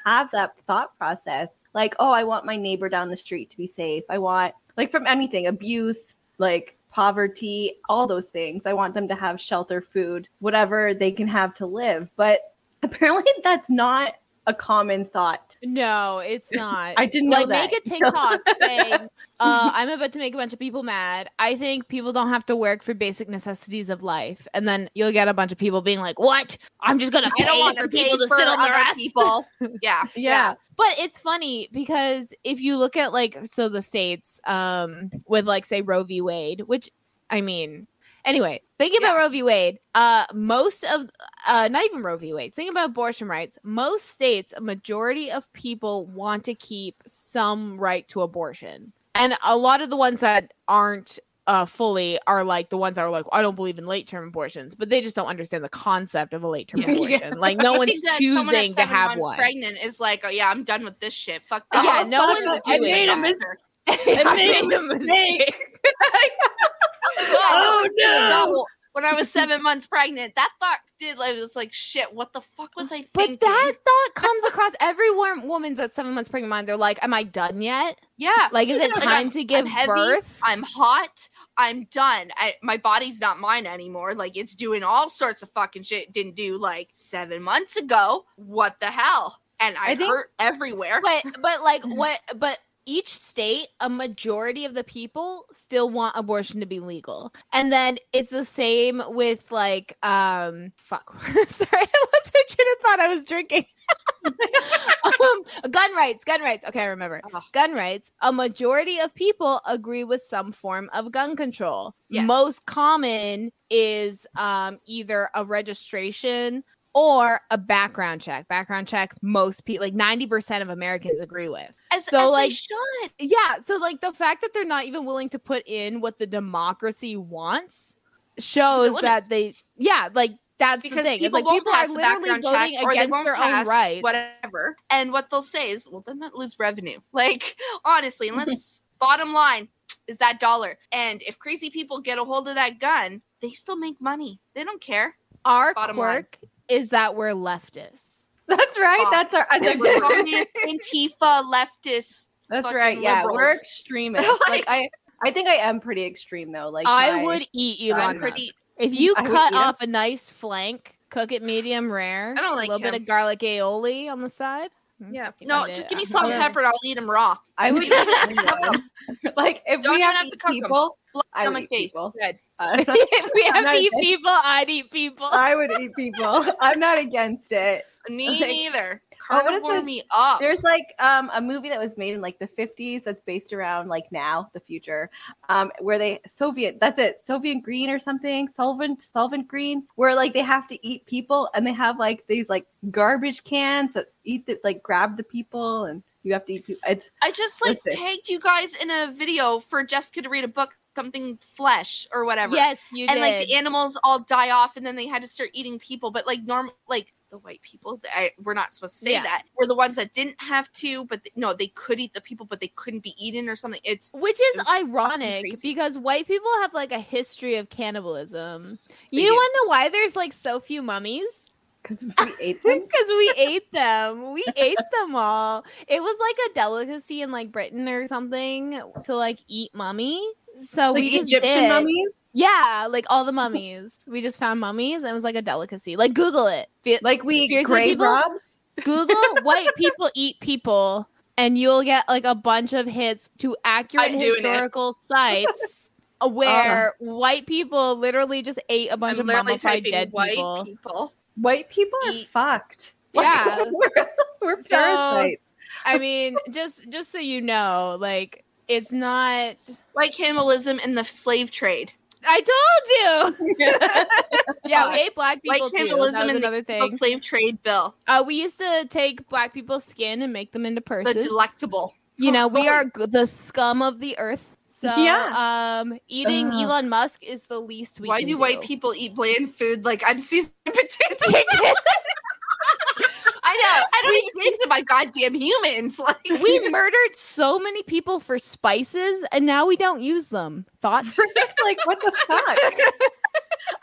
Speaker 1: have that thought process like oh i want my neighbor down the street to be safe i want like from anything abuse like poverty all those things i want them to have shelter food whatever they can have to live but *laughs* apparently that's not a common thought
Speaker 2: No, it's not.
Speaker 1: I didn't know
Speaker 2: like
Speaker 1: that,
Speaker 2: make *laughs* a
Speaker 1: *laughs* so-
Speaker 2: TikTok saying, uh, "I'm about to make a bunch of people mad. I think people don't have to work for basic necessities of life." And then you'll get a bunch of people being like, "What? I'm just gonna
Speaker 3: *laughs* I
Speaker 2: pay
Speaker 3: don't want
Speaker 2: for
Speaker 3: to
Speaker 2: people to sit on their ass." *laughs*
Speaker 3: people. Yeah,
Speaker 1: yeah, *laughs*
Speaker 2: But it's funny because if you look at like so the states um with like say Roe v Wade, which I mean, anyway, thinking about Roe v Wade, uh most of uh not even Roe v Wade, think about abortion rights. Most states, a majority of people want to keep some right to abortion. And a lot of the ones that aren't uh, fully are like the ones that are like I don't believe in late term abortions, but they just don't understand the concept of a late term
Speaker 3: *laughs* Yeah.
Speaker 2: abortion. Like no
Speaker 3: I
Speaker 2: one's
Speaker 3: think that someone at
Speaker 2: choosing to
Speaker 3: seven
Speaker 2: have
Speaker 3: months
Speaker 2: one.
Speaker 3: Pregnant is like, oh yeah, I'm done with this shit. Fuck
Speaker 2: Yeah,
Speaker 3: that.
Speaker 2: no
Speaker 3: *laughs*
Speaker 1: fuck,
Speaker 2: one's
Speaker 1: I
Speaker 2: doing
Speaker 1: made a
Speaker 2: that.
Speaker 1: mis-
Speaker 2: I
Speaker 1: made
Speaker 2: a
Speaker 1: *laughs*
Speaker 3: oh,
Speaker 1: no.
Speaker 3: When I was seven months pregnant, that thought did. Like, it was like, shit. What the fuck was I thinking?
Speaker 2: But that thought comes across every warm woman's at seven months pregnant mind. They're like, "Am I done yet?
Speaker 3: yeah.
Speaker 2: Like, is it
Speaker 3: *laughs* Like,
Speaker 2: time
Speaker 3: I'm-
Speaker 2: to give
Speaker 3: I'm heavy,
Speaker 2: birth?"
Speaker 3: I'm hot. I'm done. I, my body's not mine anymore. Like it's doing all sorts of fucking shit. It didn't do like seven months ago. What the hell? And I,
Speaker 1: I think-
Speaker 3: hurt everywhere.
Speaker 2: but but
Speaker 3: *laughs*
Speaker 2: like what? But each state, a majority of the people still want abortion to be legal, and then it's the same with like um fuck. *laughs* Sorry, I lost my train of thought. I was drinking. *laughs* um, gun rights, gun rights. Okay, I remember.
Speaker 3: Ugh.
Speaker 2: Gun rights. A majority of people agree with some form of gun control.
Speaker 3: Yes.
Speaker 2: Most common is um, either a registration or a background check. Background check. Most people, like ninety percent of Americans, agree with.
Speaker 3: as,
Speaker 2: so,
Speaker 3: as they
Speaker 2: like,
Speaker 3: should.
Speaker 2: Yeah. So like the fact that they're not even willing to put in what the democracy wants shows
Speaker 3: limits.
Speaker 2: that they yeah like that's the
Speaker 3: because
Speaker 2: thing. It's
Speaker 3: people,
Speaker 2: like people
Speaker 3: pass
Speaker 2: are
Speaker 3: the
Speaker 2: literally
Speaker 3: background
Speaker 2: voting
Speaker 3: check or they
Speaker 2: against
Speaker 3: won't
Speaker 2: their own
Speaker 3: pass
Speaker 2: rights.
Speaker 3: whatever. And what they'll say is, well, then that lose revenue. *laughs* Like
Speaker 2: *laughs*
Speaker 3: honestly, and let's bottom line is that dollar. And if crazy people get a hold of that gun, they still make money. They
Speaker 2: *laughs*
Speaker 3: don't care.
Speaker 2: Our
Speaker 3: Bottom line.
Speaker 2: quirk is that we're leftists. *laughs*
Speaker 1: that's right
Speaker 3: Fuck.
Speaker 1: that's our that's,
Speaker 3: We're
Speaker 1: our-
Speaker 3: communist, Antifa, leftists.
Speaker 1: *laughs* that's
Speaker 3: fucking
Speaker 1: right yeah we're
Speaker 3: liberals.
Speaker 1: extremists like i i think i am pretty extreme though like
Speaker 2: I would eat
Speaker 1: I'm
Speaker 2: Elon
Speaker 3: pretty.
Speaker 2: Musk. If you
Speaker 1: I would
Speaker 2: cut
Speaker 1: eat him.
Speaker 2: off a nice flank, cook it medium rare,
Speaker 3: I don't like
Speaker 2: a little bit
Speaker 3: him.
Speaker 2: of garlic aioli on the side.
Speaker 3: Yeah.
Speaker 2: Fucking
Speaker 3: No,
Speaker 2: love
Speaker 3: just
Speaker 2: it. *laughs*
Speaker 3: give me
Speaker 2: I'm
Speaker 3: salt and
Speaker 2: good.
Speaker 3: pepper and I'll eat them raw.
Speaker 1: i would
Speaker 3: Don't even
Speaker 1: *laughs* like if we have,
Speaker 3: have
Speaker 1: to
Speaker 3: to
Speaker 1: eat
Speaker 3: cook 'em. *laughs*
Speaker 1: people I would
Speaker 3: on my
Speaker 1: eat
Speaker 3: face.
Speaker 1: people.
Speaker 3: Good.
Speaker 1: uh,
Speaker 2: if we have
Speaker 1: Not
Speaker 2: to eat
Speaker 1: against-
Speaker 2: people, I'd eat people.
Speaker 1: I would eat people. *laughs* I'm not against it.
Speaker 2: *laughs*
Speaker 3: Uh, Me
Speaker 1: Okay.
Speaker 3: neither.
Speaker 1: Oh, what is
Speaker 3: Carnivore
Speaker 1: it?
Speaker 3: me up.
Speaker 1: There's like um, a movie that was made in like the 50s that's based around like now, the future, um, where they Soviet. That's it, Soviet green or something, solvent, solvent green, where like they have to eat people and they have like these like garbage cans that eat the like grab the people and you have to eat. People. It's
Speaker 3: I just like
Speaker 1: Listen.
Speaker 3: tagged you guys in a video for Jessica to read a book, something flesh or whatever.
Speaker 2: Yes, you
Speaker 3: and
Speaker 2: did.
Speaker 3: like the animals all die off, and then they had to start eating people. But like normal, like the white people, th- I, we're not supposed to say
Speaker 2: Yeah.
Speaker 3: that. We're the ones that didn't have to, but th- no, they could eat the people, but they couldn't be eaten or something. It's
Speaker 2: Which is
Speaker 3: was
Speaker 2: ironic
Speaker 3: crazy.
Speaker 2: because white people have like a history of cannibalism.
Speaker 3: They
Speaker 2: you
Speaker 3: do.
Speaker 2: want to know why there's like so few mummies?
Speaker 3: *laughs*
Speaker 2: *laughs*
Speaker 1: because we ate them.
Speaker 2: because we ate them. We ate them all. It was like a delicacy in like Britain or something to like eat mummy. So
Speaker 1: Like
Speaker 2: we just
Speaker 1: Egyptian
Speaker 2: did.
Speaker 1: mummies.
Speaker 2: Yeah, like all the mummies. We just found mummies and it was like a delicacy. Like Google it. Fe-
Speaker 1: Like we
Speaker 2: Seriously,
Speaker 1: grave
Speaker 2: people?
Speaker 1: robbed.
Speaker 2: Google white people eat people and you'll get like a bunch of hits to accurate
Speaker 3: I'm doing it. *laughs*
Speaker 2: historical sites where white people literally just ate a bunch
Speaker 3: I'm
Speaker 2: of
Speaker 3: literally
Speaker 2: mummified
Speaker 3: typing
Speaker 2: dead
Speaker 3: white
Speaker 2: people.
Speaker 3: people.
Speaker 1: White people are
Speaker 3: Eat.
Speaker 1: fucked.
Speaker 2: Yeah.
Speaker 1: *laughs* we're, we're
Speaker 2: So-
Speaker 1: parasites.
Speaker 2: I
Speaker 3: *laughs*
Speaker 2: mean, just just so you know, like it's not
Speaker 3: White cannibalism and the slave trade.
Speaker 2: I told
Speaker 3: *laughs*
Speaker 2: you.
Speaker 1: *laughs*
Speaker 2: Yeah, we ate black
Speaker 3: White
Speaker 2: people too. That
Speaker 3: cannibalism
Speaker 2: was
Speaker 3: and
Speaker 2: another
Speaker 3: the
Speaker 2: thing.
Speaker 3: slave trade bill.
Speaker 2: Uh, we used to take black people's skin and make them into purses.
Speaker 3: The delectable.
Speaker 2: you know, we *laughs* are g- the scum of the earth. So,
Speaker 1: Yeah.
Speaker 2: um, eating
Speaker 1: Ugh.
Speaker 2: Elon Musk is the least we
Speaker 3: Why
Speaker 2: can
Speaker 3: do white people eat bland food like unseasoned *laughs*
Speaker 2: *laughs*
Speaker 3: potatoes?
Speaker 2: I know.
Speaker 3: I don't even taste my goddamn humans. *laughs* Like
Speaker 2: *laughs* We murdered so many people for spices, and now we don't use them. *laughs* Thoughts?
Speaker 1: *laughs* like what the
Speaker 3: *laughs*
Speaker 1: fuck?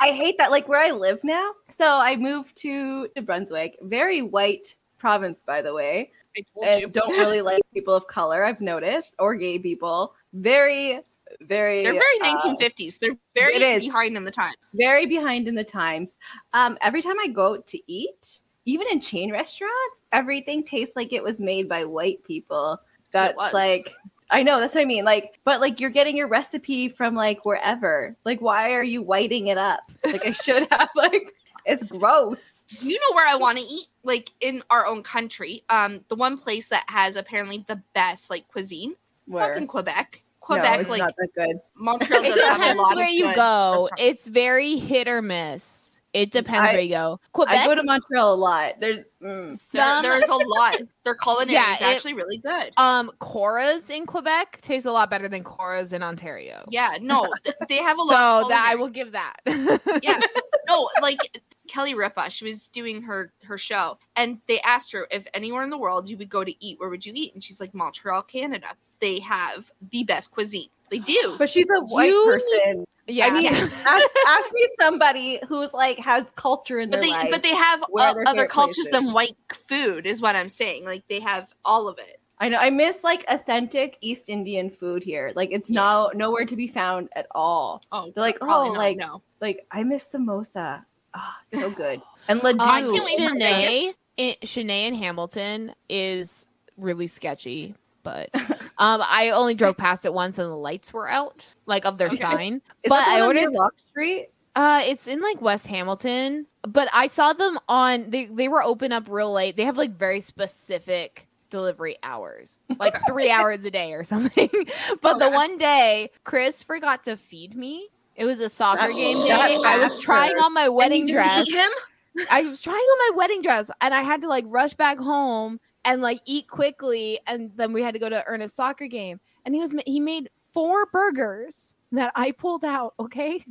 Speaker 1: I hate that. Like where I live now. So I moved to New Brunswick, very white province, by the way.
Speaker 3: I told you.
Speaker 1: and don't really like people of color. I've noticed, or gay people. Very, very.
Speaker 3: They're very
Speaker 1: uh,
Speaker 2: Um,
Speaker 3: 1950s. They're very
Speaker 1: it is.
Speaker 3: behind in the time.
Speaker 1: very behind in the times. Um, every time I go out to eat, even in chain restaurants, everything tastes like it was made by white people. That's
Speaker 3: was.
Speaker 1: like. I know that's what I mean. Like, but like you're getting your recipe from like wherever. Like, why are you whiting it up? Like, I should *laughs* have like. It's gross.
Speaker 3: You know where I want to eat? Like in our own country. Um, the one place that has apparently the best like cuisine.
Speaker 1: Where
Speaker 3: Fucking Quebec.
Speaker 1: No,
Speaker 3: Quebec,
Speaker 1: it's
Speaker 3: like
Speaker 1: not that good.
Speaker 2: *laughs*
Speaker 3: Montreal
Speaker 2: it
Speaker 3: does have a
Speaker 2: depends
Speaker 3: lot
Speaker 2: where
Speaker 3: of
Speaker 2: you
Speaker 3: good
Speaker 2: go.
Speaker 3: restaurants.
Speaker 2: It's very hit or miss. It depends
Speaker 1: I-
Speaker 2: where you go.
Speaker 1: I go
Speaker 2: Quebec,
Speaker 1: to Montreal a lot. There's mm.
Speaker 2: some
Speaker 3: there, there's a lot.
Speaker 2: *laughs*
Speaker 3: Their culinary
Speaker 2: Yeah,
Speaker 3: is
Speaker 2: it-
Speaker 3: actually really good.
Speaker 2: um Coras in Quebec taste a lot better than Coras in Ontario.
Speaker 3: yeah,
Speaker 2: *laughs*
Speaker 3: no, th- they have a lot.
Speaker 2: So
Speaker 3: of
Speaker 2: that I
Speaker 3: culinary.
Speaker 2: will give that. *laughs*
Speaker 3: yeah no like kelly ripa she was doing her her show and they asked her if anywhere in the world you would go to eat where would you eat and she's like montreal canada they have the best cuisine they do
Speaker 1: But she's a white
Speaker 2: You
Speaker 1: person.
Speaker 2: *laughs* yeah.
Speaker 1: I mean, ask, ask me somebody who's like has culture in
Speaker 3: but
Speaker 1: their
Speaker 3: they
Speaker 1: life.
Speaker 3: but they have
Speaker 1: where
Speaker 3: o-
Speaker 1: their
Speaker 3: other
Speaker 1: favorite
Speaker 3: cultures
Speaker 1: places.
Speaker 3: than white food is what i'm saying like they have all of it
Speaker 1: I know I miss like authentic East Indian food here. Like it's now nowhere to be found at all.
Speaker 3: oh
Speaker 1: They're like,
Speaker 3: probably
Speaker 1: oh,
Speaker 3: not,
Speaker 1: like
Speaker 3: no
Speaker 1: like I miss samosa. Ah, so good.
Speaker 3: *sighs*
Speaker 1: And ladoo.
Speaker 2: Uh,
Speaker 3: Oh, can't wait for
Speaker 2: Shanae,
Speaker 3: Vegas.
Speaker 2: in, Shanae in Hamilton is really sketchy, but *laughs* um, I only drove past it once and the lights were out, like of their
Speaker 1: Okay.
Speaker 2: sign.
Speaker 1: Is that
Speaker 2: but
Speaker 1: the
Speaker 2: I
Speaker 1: one on
Speaker 2: ordered-
Speaker 1: Lock Street.
Speaker 2: Uh, it's in like West Hamilton, but I saw them on they they were open up real late. They have like very specific delivery hours,
Speaker 3: *laughs*
Speaker 2: like three hours a day or something. *laughs* But the
Speaker 3: Okay.
Speaker 2: one day Chris forgot to feed me. It was a soccer
Speaker 1: That-
Speaker 2: game
Speaker 1: that
Speaker 2: day. I was
Speaker 1: bastard.
Speaker 2: trying on my wedding
Speaker 3: And you didn't
Speaker 2: dress.
Speaker 3: *laughs* eat him
Speaker 2: I was trying on my wedding dress and I had to like rush back home and like eat quickly and then we had to go to Ernest's soccer game and he was ma- he made four burgers that I pulled out, okay?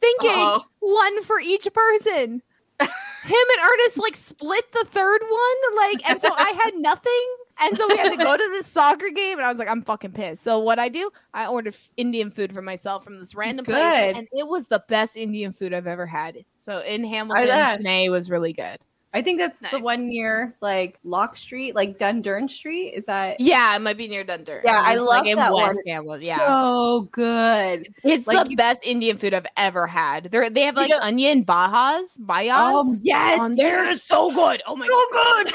Speaker 2: Thinking
Speaker 3: Oh.
Speaker 2: one for each person. Him and Ernest like split the third one like and so I had nothing and so we had to go to this soccer game and I was like I'm fucking pissed. So what I do? I ordered f- Indian food for myself from this random place
Speaker 1: Good.
Speaker 2: and it was the best Indian food I've ever had. So in
Speaker 1: I
Speaker 2: Hamilton,
Speaker 1: bet.
Speaker 2: Chennai was really good.
Speaker 1: I think that's the
Speaker 3: Nice.
Speaker 1: one near like Lock Street, like Dundurn Street. Is that
Speaker 2: Yeah, it might be near Dunder.
Speaker 1: Yeah, I love
Speaker 2: in
Speaker 1: that
Speaker 2: West
Speaker 1: one.
Speaker 2: Hamilton. Yeah,
Speaker 1: so good?
Speaker 2: it's
Speaker 1: Like
Speaker 2: the
Speaker 1: you-
Speaker 2: best Indian food I've ever had. They they have
Speaker 1: You
Speaker 2: like
Speaker 1: know-
Speaker 2: onion bajas, bayas.
Speaker 1: Oh yes,
Speaker 2: on there. It's so good. Oh my god.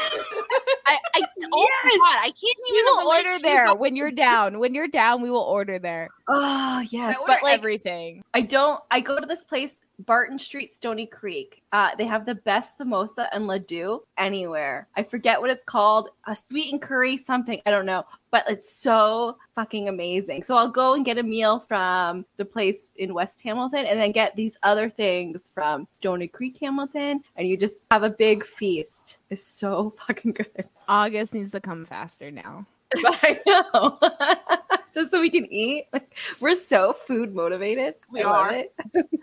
Speaker 1: *laughs*
Speaker 3: i, I oh my god i can't even
Speaker 2: We will
Speaker 3: relate
Speaker 2: order
Speaker 3: to
Speaker 2: there
Speaker 3: how-
Speaker 2: when you're down. When you're down, we will order there.
Speaker 1: Oh yes,
Speaker 2: I order
Speaker 1: but like
Speaker 2: everything.
Speaker 1: I don't. I go to this place, Barton Street, Stony Creek. Uh, they have the best samosa and ladoo anywhere. I forget what it's called, a sweet and curry something. I don't know, but it's so fucking amazing. So I'll go and get a meal from the place in West Hamilton, and then get these other things from Stony Creek, Hamilton, and you just have a big feast. It's so *laughs* fucking good.
Speaker 2: August needs to come faster now.
Speaker 1: But I know, *laughs* just so we can eat. Like, we're so food motivated.
Speaker 3: We
Speaker 1: I love
Speaker 3: are. *laughs*
Speaker 1: it.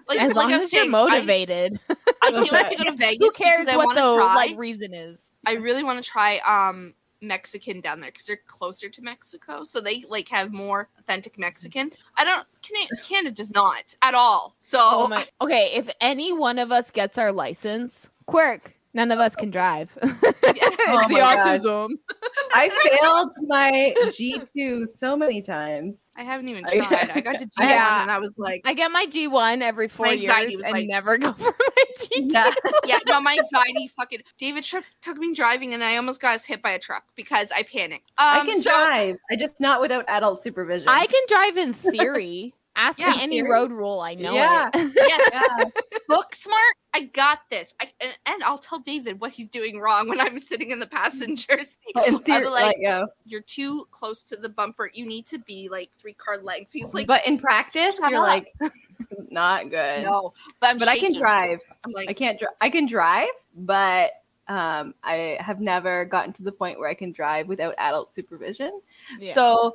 Speaker 3: like,
Speaker 2: As
Speaker 3: like
Speaker 2: long as
Speaker 3: I'm
Speaker 2: you're
Speaker 3: saying, I-
Speaker 2: motivated.
Speaker 3: i, can't wait to go to vegas
Speaker 2: Who cares
Speaker 3: because I
Speaker 2: what
Speaker 3: wanna
Speaker 2: the
Speaker 3: try.
Speaker 2: like reason is?
Speaker 3: I really want to try um Mexican down there because they're closer to Mexico, so they like have more authentic Mexican. I don't. Cana- Canada does not at all. So
Speaker 1: Oh.
Speaker 2: Oh my. Okay, if any one of us gets our license, Quirk, None of us can drive. *laughs*
Speaker 1: Oh
Speaker 2: the
Speaker 1: my God.
Speaker 2: autism.
Speaker 3: *laughs*
Speaker 1: I failed my G2 so many times.
Speaker 3: I haven't even
Speaker 1: *laughs* I-
Speaker 3: tried. I got to do
Speaker 2: Yeah.
Speaker 3: that, and I was like,
Speaker 2: I get my G one every four
Speaker 3: My anxiety
Speaker 2: years
Speaker 3: was
Speaker 2: and
Speaker 3: like-
Speaker 2: never *laughs* go for my G two.
Speaker 3: *laughs* yeah, no, my anxiety fucking. David took, took me driving, and I almost got hit by a truck because I panicked. Um,
Speaker 1: I can
Speaker 3: so-
Speaker 1: drive. I just not without adult supervision.
Speaker 2: I can drive in theory. Ask
Speaker 3: Yeah,
Speaker 2: me any
Speaker 1: theory.
Speaker 2: road rule, I know
Speaker 1: Yeah.
Speaker 2: it. *laughs*
Speaker 3: *laughs* Yes,
Speaker 1: Yeah.
Speaker 3: book smart. I got this. I, and, and I'll tell David what he's doing wrong when I'm sitting in the passenger *laughs* seat.
Speaker 1: In
Speaker 3: I'll be
Speaker 1: theory,
Speaker 3: like,
Speaker 1: like, yeah.
Speaker 3: you're too close to the bumper. You need to be like three car legs. He's like,
Speaker 1: but in practice,
Speaker 3: Shut
Speaker 1: you're
Speaker 3: up.
Speaker 1: like *laughs* not good.
Speaker 3: no, but I'm
Speaker 1: but I can
Speaker 3: shaking.
Speaker 1: drive.
Speaker 3: I'm like,
Speaker 1: I can't drive. I can drive, but um, I have never gotten to the point where I can drive without adult supervision.
Speaker 2: So
Speaker 1: So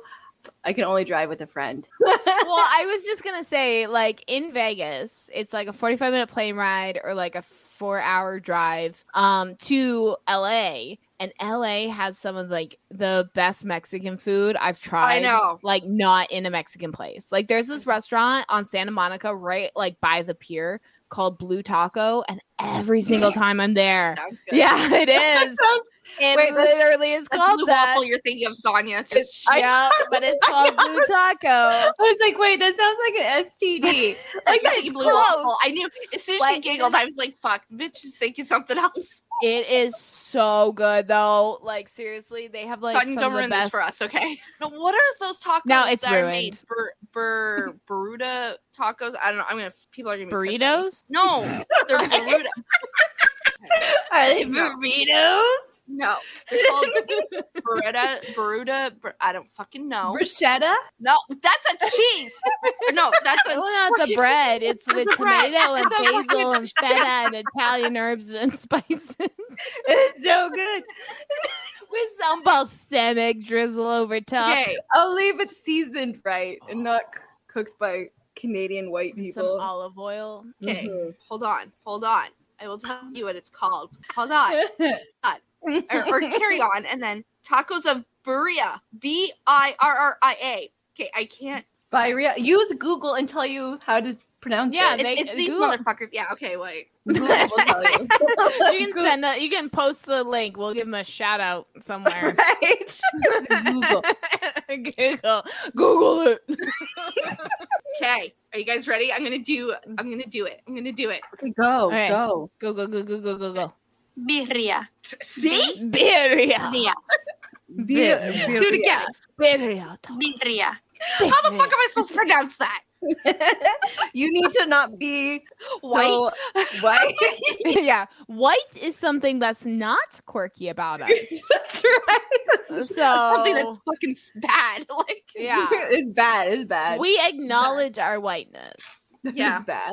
Speaker 1: I can only drive with a friend. *laughs*
Speaker 2: well, I was just gonna say, like in Vegas, it's like a forty-five minute plane ride or like a four-hour drive um to LA. And LA has some of like the best Mexican food I've tried.
Speaker 3: I know.
Speaker 2: like not in a Mexican place. Like there's
Speaker 3: Mm.
Speaker 2: this restaurant on Santa Monica, right like by the pier, called Blue Taco, and every
Speaker 3: *laughs*
Speaker 2: single time I'm there,
Speaker 3: Sounds good.
Speaker 2: yeah, *laughs*
Speaker 3: *laughs*
Speaker 2: it is. It
Speaker 1: Wait, that's-
Speaker 2: literally is
Speaker 3: That's
Speaker 2: called
Speaker 3: blue
Speaker 2: that.
Speaker 3: waffle. You're thinking of Sonia. *laughs* Just
Speaker 1: I-
Speaker 2: yeah, but it's
Speaker 1: I
Speaker 2: called Blue Taco.
Speaker 3: *laughs*
Speaker 1: I was like, wait, that sounds like an STD.
Speaker 3: like
Speaker 2: that's
Speaker 3: blue
Speaker 2: close.
Speaker 3: waffle. I knew *laughs* as soon as
Speaker 2: Like,
Speaker 3: she
Speaker 2: it is-
Speaker 3: giggled, I was like, "Fuck, bitch is thinking something else."
Speaker 2: It is so good though. Like seriously, they have like
Speaker 3: Sonia,
Speaker 2: some
Speaker 3: don't
Speaker 2: of the
Speaker 3: ruin this
Speaker 2: best.
Speaker 3: for us, okay? *laughs* No, what are those tacos?
Speaker 2: No, it's
Speaker 3: that Are made?
Speaker 2: ruined.
Speaker 3: Bur- bur- burrito tacos. I don't know. I'm gonna. People are gonna be pissed at me. *laughs*
Speaker 2: Burritos?
Speaker 3: No, they're burrito.
Speaker 1: Are *laughs* they burritos?
Speaker 3: No, they're *laughs* called burrito. Burrito. Bur- I don't fucking know.
Speaker 1: Bruschetta? *laughs*
Speaker 3: No, that's a cheese. No, that's *laughs*
Speaker 2: Oh
Speaker 3: a.
Speaker 2: no, it's a bread. It's with
Speaker 3: a bread.
Speaker 2: tomato and
Speaker 3: It's a fucking
Speaker 2: basil
Speaker 3: *laughs*
Speaker 2: and feta and Italian herbs and *laughs* spices
Speaker 1: It's so good.
Speaker 2: with some balsamic drizzle over top.
Speaker 3: Okay,
Speaker 1: Only if it's seasoned right and not c- cooked by Canadian white
Speaker 2: and Some
Speaker 1: people.
Speaker 2: olive oil.
Speaker 3: okay,
Speaker 1: Mhm.
Speaker 3: hold on, hold on. I will tell you what it's called. Hold on. *laughs* or,
Speaker 1: *laughs*
Speaker 3: or carry on, and then tacos of birria, B I R R I A. Okay, I can't.
Speaker 1: By real, use Google and tell you how to pronounce
Speaker 2: Yeah,
Speaker 1: *laughs* it.
Speaker 2: They-
Speaker 3: It's, it's these
Speaker 2: Google-
Speaker 3: motherfuckers. Yeah. Okay. Wait.
Speaker 1: Google will tell you. *laughs*
Speaker 3: *laughs*
Speaker 2: You can send that. You can post the link. We'll give them a shout out
Speaker 3: *laughs*
Speaker 2: somewhere.
Speaker 3: Right.
Speaker 1: *laughs* Google.
Speaker 2: Google, Google it.
Speaker 3: Okay. Are you guys ready? I'm gonna do. I'm gonna do it. I'm gonna do it.
Speaker 1: Okay, go,
Speaker 2: Okay.
Speaker 1: go.
Speaker 2: Go go go go go go go.
Speaker 3: Birria.
Speaker 1: See?
Speaker 2: Birria,
Speaker 3: Birria.
Speaker 1: Do
Speaker 3: Do it again.
Speaker 2: birria.
Speaker 3: Birria. How the fuck am I supposed to pronounce that?
Speaker 1: *laughs* you need to not *laughs* be
Speaker 3: White.
Speaker 1: so white.
Speaker 2: yeah, white is something that's not quirky about
Speaker 3: *laughs*
Speaker 2: us.
Speaker 1: *laughs* That's right. *laughs*
Speaker 2: So
Speaker 3: That's something that's fucking s- bad. *laughs* Like.
Speaker 2: yeah,
Speaker 1: it's bad. It's bad.
Speaker 2: we acknowledge our whiteness.
Speaker 1: *laughs*
Speaker 3: Yeah. *laughs*
Speaker 1: It's bad.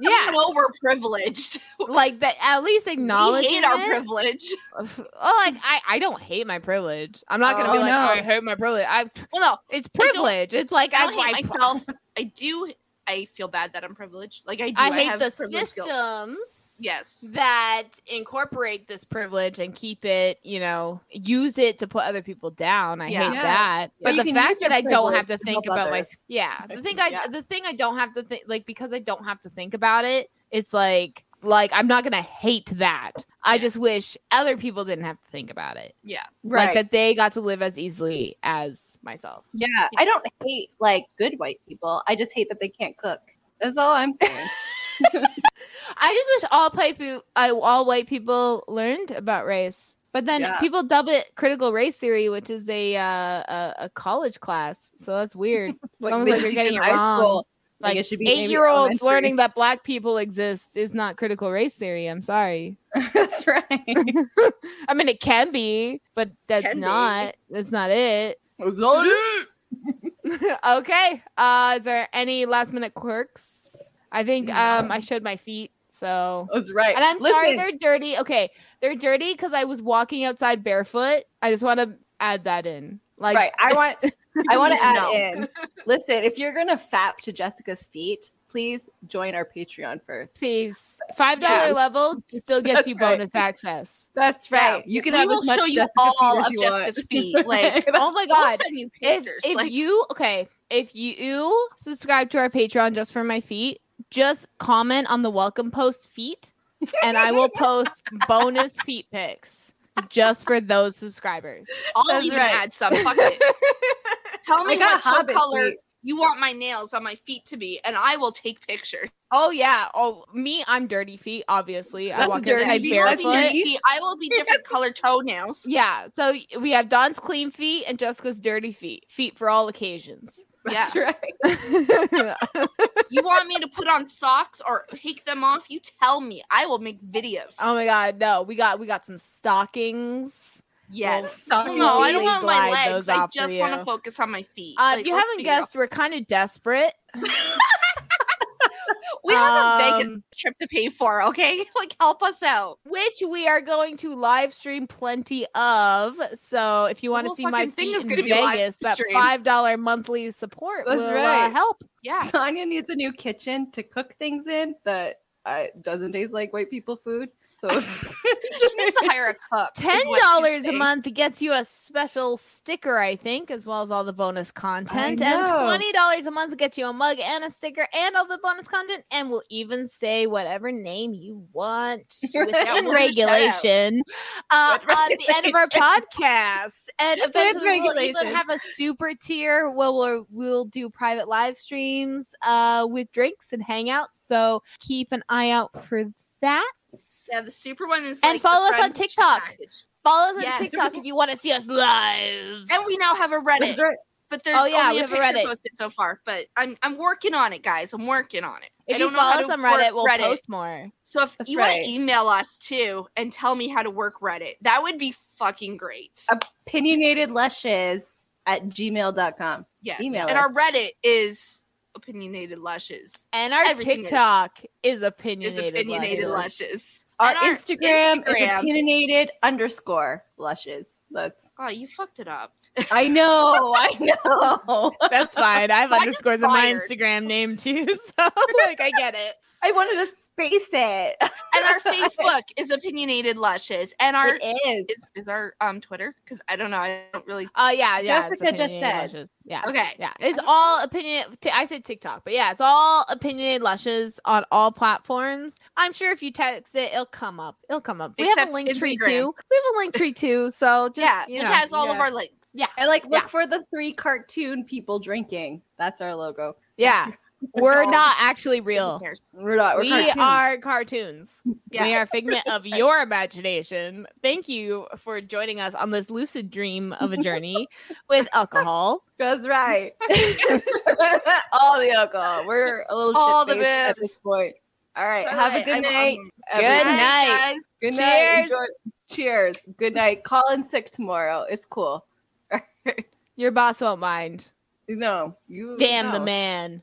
Speaker 2: Yeah,
Speaker 3: Even though we're privileged.
Speaker 2: like that. At least
Speaker 3: We
Speaker 2: acknowledge
Speaker 3: hate our privilege.
Speaker 2: privilege. Oh, like I, I don't hate my privilege. I'm not gonna be
Speaker 1: Oh,
Speaker 2: like,
Speaker 1: no.
Speaker 2: oh, I hate my privilege. I,
Speaker 3: Well, no.
Speaker 2: it's
Speaker 3: don't-
Speaker 2: privilege. It's like
Speaker 3: I
Speaker 2: I,
Speaker 3: don't hate
Speaker 2: I-
Speaker 3: myself. I do. I feel bad that I'm privileged. Like I do.
Speaker 2: I hate
Speaker 3: have
Speaker 2: the
Speaker 3: privilege
Speaker 2: systems.
Speaker 3: guilt. Yes.
Speaker 2: that incorporate this privilege and keep it, you know, use it to put other people down. I
Speaker 3: Yeah.
Speaker 2: hate
Speaker 1: Yeah.
Speaker 2: that.
Speaker 1: But
Speaker 2: But
Speaker 1: you
Speaker 2: the
Speaker 1: can
Speaker 2: fact
Speaker 1: use
Speaker 2: that
Speaker 1: your
Speaker 2: I don't have to
Speaker 1: privilege to
Speaker 2: think
Speaker 1: help
Speaker 2: about my
Speaker 1: others.
Speaker 2: yeah, the thing I
Speaker 1: Yeah.
Speaker 2: the thing I don't have to think like because I don't have to think about it, it's like like I'm not gonna hate that. I just wish other people didn't have to think about it.
Speaker 3: Yeah.
Speaker 2: Like that they got to live as easily as myself.
Speaker 1: Yeah. I don't hate like good white people. I just hate that they can't cook. That's all I'm saying.
Speaker 2: I just wish all people, uh, all white people learned about race. But then
Speaker 1: Yeah.
Speaker 2: people dub it critical race theory, which is a uh, a, a college class. So that's
Speaker 1: *laughs*
Speaker 2: weird.
Speaker 1: What
Speaker 2: Sounds
Speaker 1: they
Speaker 2: like you're
Speaker 1: teach
Speaker 2: getting
Speaker 1: in
Speaker 2: it
Speaker 1: high
Speaker 2: wrong.
Speaker 1: school. *laughs* Like,
Speaker 2: like
Speaker 1: it should be maybe
Speaker 2: eight year olds
Speaker 1: elementary.
Speaker 2: learning that black people exist is not critical race theory. I'm sorry.
Speaker 1: That's right.
Speaker 2: I mean, it can be, but that's
Speaker 3: Can be.
Speaker 2: not. That's not it.
Speaker 1: That's not it.
Speaker 2: okay. Uh, is there any last minute quirks? I think um I showed my feet, so
Speaker 1: That's right.
Speaker 2: And I'm sorry,
Speaker 1: Listen,
Speaker 2: they're dirty. Okay, they're dirty because I was walking outside barefoot. I just want to add that in. Like,
Speaker 1: right. I want I want
Speaker 3: need
Speaker 1: to
Speaker 3: to
Speaker 1: add
Speaker 3: know.
Speaker 1: in. Listen, if you're gonna fap to Jessica's feet, please join our Patreon first.
Speaker 2: please, five dollar
Speaker 1: Yeah.
Speaker 2: *laughs* level still gets
Speaker 1: That's
Speaker 2: you
Speaker 1: right.
Speaker 2: bonus access.
Speaker 1: That's right.
Speaker 3: Yeah.
Speaker 1: You can
Speaker 3: We
Speaker 1: have
Speaker 3: will
Speaker 1: as much
Speaker 3: show you
Speaker 1: Jessica
Speaker 3: all
Speaker 1: feet as
Speaker 3: of
Speaker 1: you
Speaker 3: Jessica's
Speaker 1: want. *laughs*
Speaker 3: feet, like,
Speaker 2: Oh my
Speaker 3: I'll
Speaker 2: god!
Speaker 3: send you
Speaker 2: If
Speaker 3: pictures.
Speaker 2: if
Speaker 3: like,
Speaker 2: you okay, if you subscribe to our Patreon just for my feet, just comment on the welcome post feet, and I will *laughs* post bonus feet pics just for those subscribers.
Speaker 3: I'll
Speaker 1: That's
Speaker 3: even
Speaker 1: right.
Speaker 3: add some. Fuck it.
Speaker 2: *laughs*
Speaker 3: Tell me
Speaker 1: I got
Speaker 3: what toe
Speaker 1: hobbit
Speaker 3: color
Speaker 1: feet.
Speaker 3: you want my nails on my feet to be, and I will take pictures.
Speaker 2: Oh yeah. Oh me, I'm dirty feet. Obviously, I
Speaker 1: That's
Speaker 2: walk
Speaker 1: dirty.
Speaker 2: outside
Speaker 1: You
Speaker 3: I'll
Speaker 1: are
Speaker 3: be
Speaker 2: barefoot.
Speaker 1: dirty.
Speaker 3: different- I will
Speaker 2: *laughs*
Speaker 3: be different color toenails.
Speaker 2: Yeah. So we have Don's clean feet and Jessica's dirty feet. Feet for all occasions.
Speaker 3: Yeah.
Speaker 1: That's right.
Speaker 3: You want me to put on socks or take them off? You tell me. I will make videos.
Speaker 2: Oh my god, no. We got we got some stockings.
Speaker 3: yes.
Speaker 2: well,
Speaker 3: no, I don't
Speaker 2: completely
Speaker 3: want my
Speaker 2: glide those
Speaker 3: legs. I
Speaker 2: off for
Speaker 3: just want
Speaker 2: you.
Speaker 3: to focus on my feet.
Speaker 2: Uh,
Speaker 3: Like,
Speaker 2: if you
Speaker 3: let's
Speaker 2: haven't
Speaker 3: be real.
Speaker 2: guessed, we're kind of desperate.
Speaker 3: we have a Vegas
Speaker 2: um,
Speaker 3: trip to pay for. Okay, *laughs* like help us out.
Speaker 2: which we are going to live stream plenty of. So if you want to
Speaker 3: whole
Speaker 2: see my
Speaker 3: fucking thing
Speaker 2: feet
Speaker 3: is
Speaker 2: in
Speaker 3: gonna be live
Speaker 2: Vegas, that
Speaker 3: stream.
Speaker 2: five dollar monthly support
Speaker 1: That's
Speaker 2: will uh,
Speaker 1: right.
Speaker 2: help. *laughs*
Speaker 3: Yeah.
Speaker 1: Sonia needs a new kitchen to cook things in that uh, doesn't taste like white people food. So *laughs*
Speaker 3: She needs to hire a cook. is
Speaker 2: Ten
Speaker 3: what she's
Speaker 2: dollars a
Speaker 3: saying.
Speaker 2: month gets you a special sticker, I think, as well as all the bonus content. And
Speaker 1: know.
Speaker 2: twenty dollars a month gets you a mug and a sticker and all the bonus content. And we'll even say whatever name you
Speaker 1: *laughs*
Speaker 2: want without
Speaker 3: we'll just shout out.
Speaker 2: regulation uh,
Speaker 1: With
Speaker 2: on the end of our
Speaker 1: *laughs*
Speaker 2: podcast. And
Speaker 1: With
Speaker 2: eventually we'll even
Speaker 1: regulation.
Speaker 2: have a super tier where we'll we'll do private live streams uh, with drinks and hangouts. So keep an eye out for that.
Speaker 3: Yeah, the super one is
Speaker 2: And
Speaker 3: like the
Speaker 2: follow us on
Speaker 3: friend
Speaker 2: TikTok.
Speaker 3: package.
Speaker 2: Follow us on
Speaker 3: Yes.
Speaker 2: TikTok if you want to see us live.
Speaker 3: And we now have a Reddit, *laughs* but there's
Speaker 2: Oh, yeah,
Speaker 3: only
Speaker 2: we
Speaker 3: a
Speaker 2: have a
Speaker 3: picture
Speaker 2: Reddit.
Speaker 3: posted so far. But I'm I'm working on it, guys. I'm working on it. I
Speaker 2: If you
Speaker 3: don't know how
Speaker 2: follow us
Speaker 3: to
Speaker 2: on Reddit, we'll
Speaker 3: work Reddit.
Speaker 2: post more.
Speaker 3: So if
Speaker 1: That's
Speaker 3: you want
Speaker 1: right.
Speaker 3: to email us too and tell me how to work Reddit, that would be fucking great.
Speaker 1: opinionated lushes at gmail.com.
Speaker 3: yes.
Speaker 1: email
Speaker 3: and
Speaker 1: us.
Speaker 3: our Reddit is opinionated lushes.
Speaker 2: And our
Speaker 3: Everything is-
Speaker 2: TikTok is,
Speaker 3: Is
Speaker 2: opinionated.
Speaker 3: opinionated
Speaker 2: Leslie.
Speaker 3: lushes.
Speaker 1: Our,
Speaker 3: And
Speaker 1: Instagram,
Speaker 3: Instagram-
Speaker 1: is opinionated underscore lushes. That's
Speaker 3: Oh, you fucked it up.
Speaker 1: I know, I know.
Speaker 2: *laughs* That's fine. I have
Speaker 3: I just
Speaker 2: underscores in my
Speaker 3: fired.
Speaker 2: Instagram name too, *laughs* so like I get it.
Speaker 1: I wanted to space it.
Speaker 3: And
Speaker 2: *laughs*
Speaker 3: our Facebook is opinionated lushes. And our
Speaker 1: it is.
Speaker 3: is, is our um Twitter because I don't know. I don't really.
Speaker 2: Oh yeah, yeah. it's
Speaker 1: Jessica just
Speaker 2: opinionated
Speaker 1: said.
Speaker 2: lushes. Yeah.
Speaker 3: Okay.
Speaker 2: Yeah, it's all opinion. T- I said TikTok, but yeah, it's all opinionated lushes on all platforms. I'm sure if you text it, it'll come up. It'll come up. We have a
Speaker 3: Except
Speaker 2: link tree
Speaker 3: Instagram.
Speaker 2: too. We have a link tree too. So just
Speaker 3: yeah,
Speaker 2: you
Speaker 3: which
Speaker 2: know.
Speaker 3: has all of
Speaker 1: yeah.
Speaker 3: our links.
Speaker 1: And like look
Speaker 2: Yeah.
Speaker 1: for the three cartoon people drinking. That's our logo.
Speaker 2: *laughs* yeah. We're
Speaker 3: all
Speaker 2: not actually real.
Speaker 3: Here's-
Speaker 1: We're not. We're
Speaker 2: we
Speaker 1: cartoons.
Speaker 2: are cartoons.
Speaker 3: Yeah.
Speaker 2: We are a figment *laughs* of your imagination. Thank you for joining us on this lucid dream of a *laughs* journey with alcohol.
Speaker 1: That's right.
Speaker 3: *laughs*
Speaker 1: All the alcohol. We're a little
Speaker 3: All the
Speaker 1: shit-faced at
Speaker 3: bibs.
Speaker 1: this point. All right.
Speaker 3: All
Speaker 1: have a
Speaker 3: right,
Speaker 1: good
Speaker 3: I'm-
Speaker 1: night.
Speaker 2: Good
Speaker 1: everyone.
Speaker 2: night.
Speaker 3: Guys,
Speaker 1: Good night.
Speaker 2: Cheers.
Speaker 1: Enjoy- Cheers. Good night. Call in sick tomorrow. It's cool.
Speaker 2: Your boss won't mind.
Speaker 1: No, you.
Speaker 2: Damn the
Speaker 1: no.
Speaker 2: man.